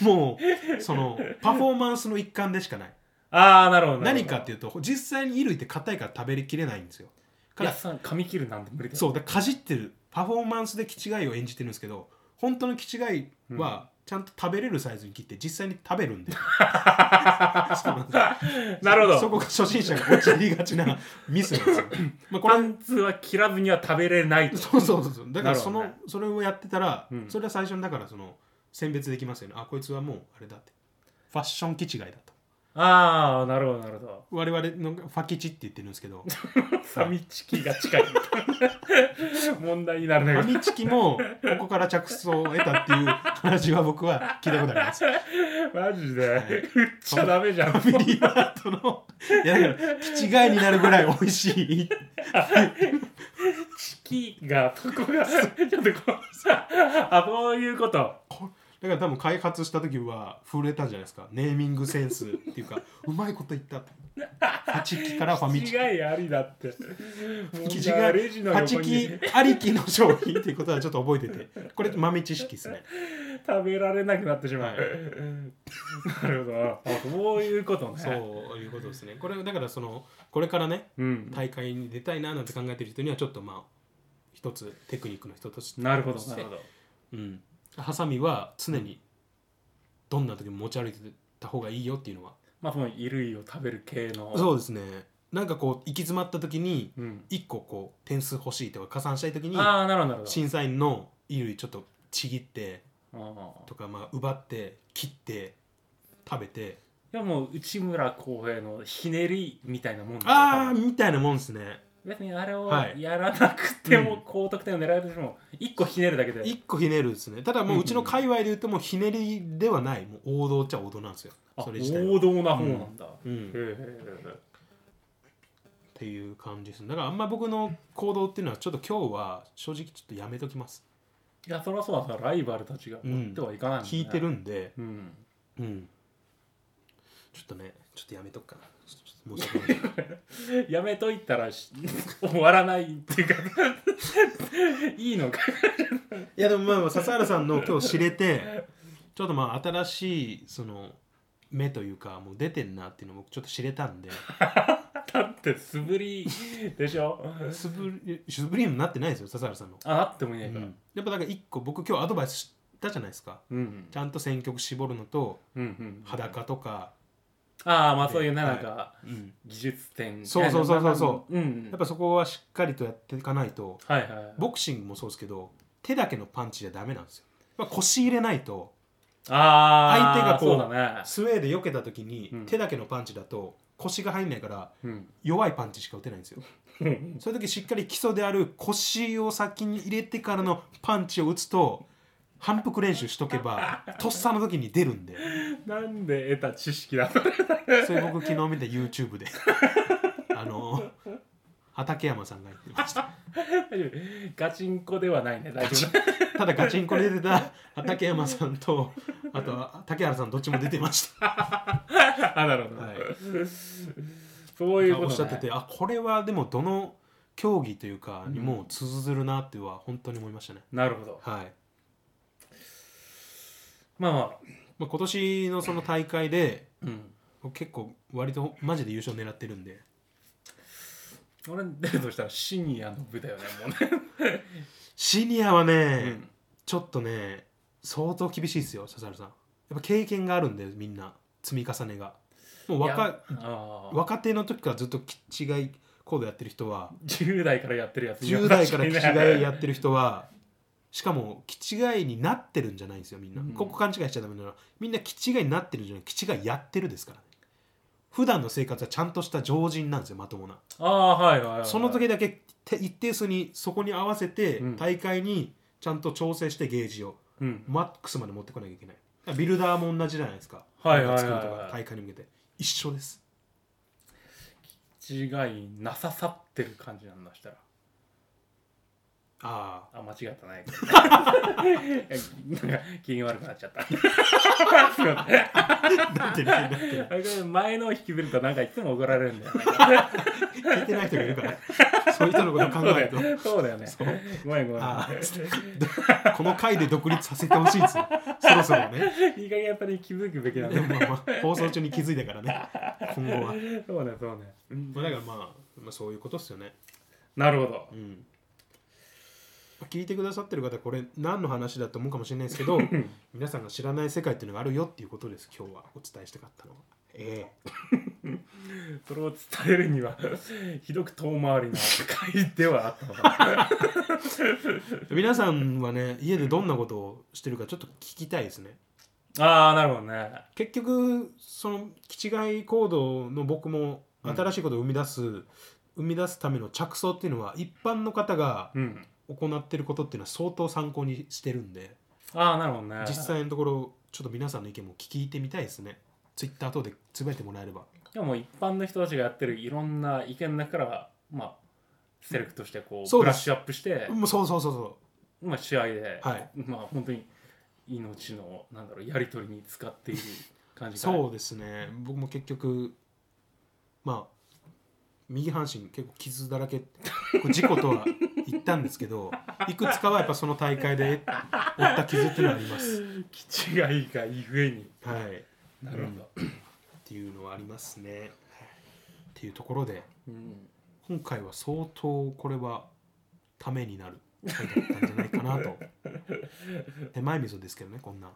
[SPEAKER 1] もうそのパフォーマンスの一環でしかない。
[SPEAKER 2] ああ <laughs> なるほど
[SPEAKER 1] 何かって
[SPEAKER 2] い
[SPEAKER 1] いうと実際に衣類って硬いから食べきれないんですよ。
[SPEAKER 2] う
[SPEAKER 1] か
[SPEAKER 2] や
[SPEAKER 1] ら
[SPEAKER 2] さん髪切るなんて無理だよ
[SPEAKER 1] そうだからかじってるパフォーマンスで気違いを演じてるんですけど本当の気違いはちゃんと食べれるサイズに切って実際に食べ
[SPEAKER 2] <laughs>
[SPEAKER 1] るんで、そうなんです
[SPEAKER 2] なるほど
[SPEAKER 1] そこが初心者が陥りがちなミスなんですよ。まあこ
[SPEAKER 2] パ
[SPEAKER 1] れ
[SPEAKER 2] ンツは切らずには食べれないと
[SPEAKER 1] そうそうそうそうだからその、
[SPEAKER 2] なるほ
[SPEAKER 1] それをやってたら、
[SPEAKER 2] うん
[SPEAKER 1] それは最初にだからその選別できますよねあこいつはもうあれだってファッション気違いだと
[SPEAKER 2] ああなるほどなるほど
[SPEAKER 1] 我々のファキチって言ってるんですけどフ
[SPEAKER 2] サミチキが近い問題になる
[SPEAKER 1] ァ
[SPEAKER 2] ね
[SPEAKER 1] ミチキもここから着想を得たっていう話は僕は聞いたことあります
[SPEAKER 2] マジで、
[SPEAKER 1] い
[SPEAKER 2] 売っちゃダメじゃん
[SPEAKER 1] ファミリーマートの、いやだから、気違いになるぐらい美味しい。
[SPEAKER 2] チキがそこがちょっとこうさ <laughs> あそういうこと
[SPEAKER 1] だから多分開発した時は震えたんじゃないですか。ネーミングセンスっていうか、うまいこと言ったと。パチキからファミチキ。
[SPEAKER 2] 違いありだって
[SPEAKER 1] 気違
[SPEAKER 2] もうなんかレジ
[SPEAKER 1] い、
[SPEAKER 2] の
[SPEAKER 1] パ
[SPEAKER 2] 横
[SPEAKER 1] チキ
[SPEAKER 2] に
[SPEAKER 1] ありきの商品っていうことはちょっと覚えてて。これ豆知識ですね。
[SPEAKER 2] 食べられなくなってしまう、
[SPEAKER 1] は
[SPEAKER 2] なるほどあそういうことね
[SPEAKER 1] そういうことですね。これだからその、これからね、
[SPEAKER 2] うん、
[SPEAKER 1] 大会に出たいななんて考えてる人にはちょっとまあ、一つテクニックの人として。
[SPEAKER 2] なるほどなるほど
[SPEAKER 1] うん、ハサミは常にどんな時も持ち歩いてた方がいいよっていうのは
[SPEAKER 2] まあその衣類を食べる系の
[SPEAKER 1] そうですねなんかこう行き詰まった時に
[SPEAKER 2] うん、
[SPEAKER 1] 1個こう点数欲しいとか加算したい時に
[SPEAKER 2] ああなるほどなるほど
[SPEAKER 1] 審査員の衣類ちょっとちぎって
[SPEAKER 2] ああ
[SPEAKER 1] とか、まあ、奪って切って食べて
[SPEAKER 2] いやもう内村航平のひねりみたいなもんだよ
[SPEAKER 1] あ
[SPEAKER 2] 多
[SPEAKER 1] あ
[SPEAKER 2] 分
[SPEAKER 1] みたいなもんですね
[SPEAKER 2] 別にあれを
[SPEAKER 1] はい
[SPEAKER 2] やらなくて
[SPEAKER 1] う
[SPEAKER 2] も
[SPEAKER 1] ん
[SPEAKER 2] 高得点を狙えるとしても一個ひねるだけで
[SPEAKER 1] 1個ひねるですねただも
[SPEAKER 2] うん
[SPEAKER 1] ううちの界隈で言ってもひねりではないもう王道っちゃ王道なんですよ
[SPEAKER 2] あ
[SPEAKER 1] それ自体は
[SPEAKER 2] 王道な方なんだ、
[SPEAKER 1] う
[SPEAKER 2] へ
[SPEAKER 1] ん
[SPEAKER 2] えへえ
[SPEAKER 1] っていう感じですねだからあんま僕の行動っていうのはちょっと今日は正直ちょっとやめときます
[SPEAKER 2] いやそりゃそうださライバルたちが持ってはいかないもんね
[SPEAKER 1] 聞いてるんで、
[SPEAKER 2] うん
[SPEAKER 1] うん、ちょっとねちょっとやめとくかなちょっと申し訳ない
[SPEAKER 2] やめといたらし <laughs> 終わらないっていうか <laughs> いいのか
[SPEAKER 1] <laughs> いやでもまあまあ笹原さんの今日知れて <laughs> ちょっとまあ新しいその目というかもう出てんなっていうのを僕ちょっと知れた <laughs> んで
[SPEAKER 2] だって素振りでしょ
[SPEAKER 1] スプリスプリームになってないですよ笹原さんの、
[SPEAKER 2] ああってもいな
[SPEAKER 1] う
[SPEAKER 2] いから
[SPEAKER 1] ん、やっぱだから一個僕今日アドバイスしたじゃないですか
[SPEAKER 2] うん
[SPEAKER 1] ちゃんと選曲絞るのと
[SPEAKER 2] うんうん
[SPEAKER 1] 裸とか、
[SPEAKER 2] ああまあそういうね
[SPEAKER 1] はい
[SPEAKER 2] なんか、
[SPEAKER 1] うん、
[SPEAKER 2] 技術点
[SPEAKER 1] そうそうそうそうそう
[SPEAKER 2] うん
[SPEAKER 1] やっぱそこはしっかりとやっていかないと
[SPEAKER 2] はいはい
[SPEAKER 1] ボクシングもそうですけど手だけのパンチじゃダメなんですよやっぱ腰入れないと
[SPEAKER 2] ああ
[SPEAKER 1] 相手がこう
[SPEAKER 2] そうだね
[SPEAKER 1] スウェーで避けた時に
[SPEAKER 2] うん
[SPEAKER 1] 手だけのパンチだと腰が入んないから
[SPEAKER 2] うん
[SPEAKER 1] 弱いパンチしか打てないんですよ
[SPEAKER 2] うん
[SPEAKER 1] そういう時しっかり基礎である腰を先に入れてからのパンチを打つと反復練習しとけ
[SPEAKER 2] <laughs>
[SPEAKER 1] ばとっさの時に出るんで
[SPEAKER 2] <laughs> なんで得た知識だと
[SPEAKER 1] それ僕昨日見た YouTube であの畠山さんが言ってました
[SPEAKER 2] ガチンコではないね大丈
[SPEAKER 1] ただガチンコで出てた畠山さんとあとは竹原さんどっちも出てました
[SPEAKER 2] <laughs> 夫 <laughs> あなるほど、
[SPEAKER 1] はい
[SPEAKER 2] そういうこと、
[SPEAKER 1] お
[SPEAKER 2] ね、
[SPEAKER 1] っしゃっててあこれはでもどの競技というかにも通ずるなっては本当に思いましたね、
[SPEAKER 2] なるほど
[SPEAKER 1] はい、
[SPEAKER 2] まあまあ
[SPEAKER 1] まあ、今年のその大会で
[SPEAKER 2] うん
[SPEAKER 1] 僕結構割とマジで優勝狙ってるんで
[SPEAKER 2] 俺出るとしたらシニアの部だよねもうね、
[SPEAKER 1] シニアはね、
[SPEAKER 2] うん
[SPEAKER 1] ちょっとね相当厳しいですよ笹原さんやっぱ経験があるんだよみ <laughs> んな積み重ねがもう
[SPEAKER 2] い
[SPEAKER 1] 若
[SPEAKER 2] やあー
[SPEAKER 1] 若手の時からずっと気違いコードやってる人は
[SPEAKER 2] 10代からやってるやつ
[SPEAKER 1] 10代から気違いやってる
[SPEAKER 2] る
[SPEAKER 1] 人はしかも気違いになってるんじゃないんですよみんな、
[SPEAKER 2] うん
[SPEAKER 1] ここ勘違いしちゃダメなのはみんな気違いになってるんじゃない気違いやってるですからね普段の生活はちゃんとした常人なんですよまともな
[SPEAKER 2] <laughs> ああはいはい、はい、
[SPEAKER 1] その時だけて一定数にそこに合わせて
[SPEAKER 2] うん
[SPEAKER 1] 大会にちゃんと調整してゲージを
[SPEAKER 2] うん
[SPEAKER 1] マックスまで持ってこなきゃいけないだからビルダーも同じじゃないですか
[SPEAKER 2] はいはいはいはい
[SPEAKER 1] なんか作るとか大会に向けて一緒です
[SPEAKER 2] 違いなささってる感じなんだしたら
[SPEAKER 1] あ
[SPEAKER 2] あ間違ったない <laughs> なんか機嫌悪くなっちゃったすいません
[SPEAKER 1] あ <laughs> なってないなってない
[SPEAKER 2] あれ前のを引きずると何か言っても怒られるんだよね
[SPEAKER 1] 聞いてない人がいるからそういう人のことを
[SPEAKER 2] そ
[SPEAKER 1] 考
[SPEAKER 2] うだ
[SPEAKER 1] え
[SPEAKER 2] よ
[SPEAKER 1] ると
[SPEAKER 2] ねそうだよねごめんごめん
[SPEAKER 1] あー <laughs> この回で独立させてほしいですよそろそろね
[SPEAKER 2] いい加減やっぱり気づくべき
[SPEAKER 1] で
[SPEAKER 2] なんだよ
[SPEAKER 1] もまあまあ放送中に気づいたからね今後は、
[SPEAKER 2] そうねそうね、うん
[SPEAKER 1] まあ、だからまあ、まあ、そういうことですよね
[SPEAKER 2] なるほど
[SPEAKER 1] うん聞いてくださってる方これ何の話だと思うかもしれないです <laughs> けど皆さんが知らない世界っていうのがあるよっていうことです今日はお伝えしたかったのはええ
[SPEAKER 2] それを伝えるにはひどく遠回りな回ではあったのかな
[SPEAKER 1] 皆さんはね家でどんなことをしてるかちょっと聞きたいですね
[SPEAKER 2] <laughs> ああなるほどね
[SPEAKER 1] 結局その気違い行動の僕も新しいことを生み出す、生み出すための着想っていうのは一般の方が
[SPEAKER 2] うん
[SPEAKER 1] 行ってることっていうのは相当参考にしてるんで
[SPEAKER 2] ああなるほどね
[SPEAKER 1] 実際のところちょっと皆さんの意見も聞いてみたいですねツイッター等でつぶやいてもらえれば
[SPEAKER 2] でも一般の人たちがやってるいろんな意見の中からまあセレクトしてこう
[SPEAKER 1] そう
[SPEAKER 2] ブ
[SPEAKER 1] で
[SPEAKER 2] ラ
[SPEAKER 1] す
[SPEAKER 2] ッシュアップして、
[SPEAKER 1] もうそうそうそうそ
[SPEAKER 2] まあ、試合で、
[SPEAKER 1] うはい
[SPEAKER 2] まあ本当に命のなんだろうやり取りに使っている感じかな
[SPEAKER 1] そうですね僕も結局まあ右半身結構傷だらけこれ事故とは言ったんですけ
[SPEAKER 2] <laughs>
[SPEAKER 1] どいくつかはやっぱその大会で負った傷っていうのはあります
[SPEAKER 2] 気違いがゆえに
[SPEAKER 1] はい
[SPEAKER 2] なるほど、
[SPEAKER 1] っていうのはありますね。っていうところで
[SPEAKER 2] うん
[SPEAKER 1] 今回は相当これはためになる回だったんじゃないかな
[SPEAKER 2] <laughs>
[SPEAKER 1] と手前味噌ですけどねこんな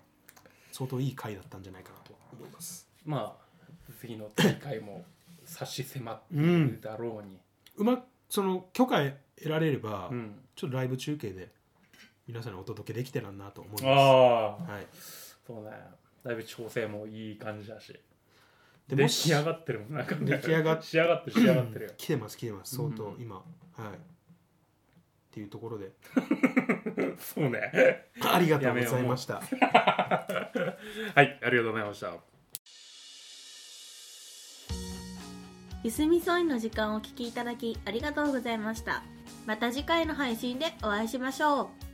[SPEAKER 1] 相当いい回だったんじゃないかなと思います。
[SPEAKER 2] まあ次の大会も差し迫って
[SPEAKER 1] う
[SPEAKER 2] いる
[SPEAKER 1] ん、
[SPEAKER 2] だろうに、
[SPEAKER 1] うまその許可得られれば、
[SPEAKER 2] うん
[SPEAKER 1] ちょっとライブ中継で皆さんにお届けできてらんなと思います。は
[SPEAKER 2] ああ
[SPEAKER 1] い、
[SPEAKER 2] そうねだいぶ調整もいい感じだし
[SPEAKER 1] で
[SPEAKER 2] 出
[SPEAKER 1] もし
[SPEAKER 2] 来上がってるもんなんかね
[SPEAKER 1] 出来上がっ
[SPEAKER 2] 仕上がってる仕上がってるよ
[SPEAKER 1] 来てます来てます相当
[SPEAKER 2] うん
[SPEAKER 1] 今、はいっていうところで
[SPEAKER 2] そうね
[SPEAKER 1] ありがとうございました。
[SPEAKER 2] はいありがとうございました
[SPEAKER 3] ゆすみそいの時間をお聞きいただきありがとうございましたまた次回の配信でお会いしましょう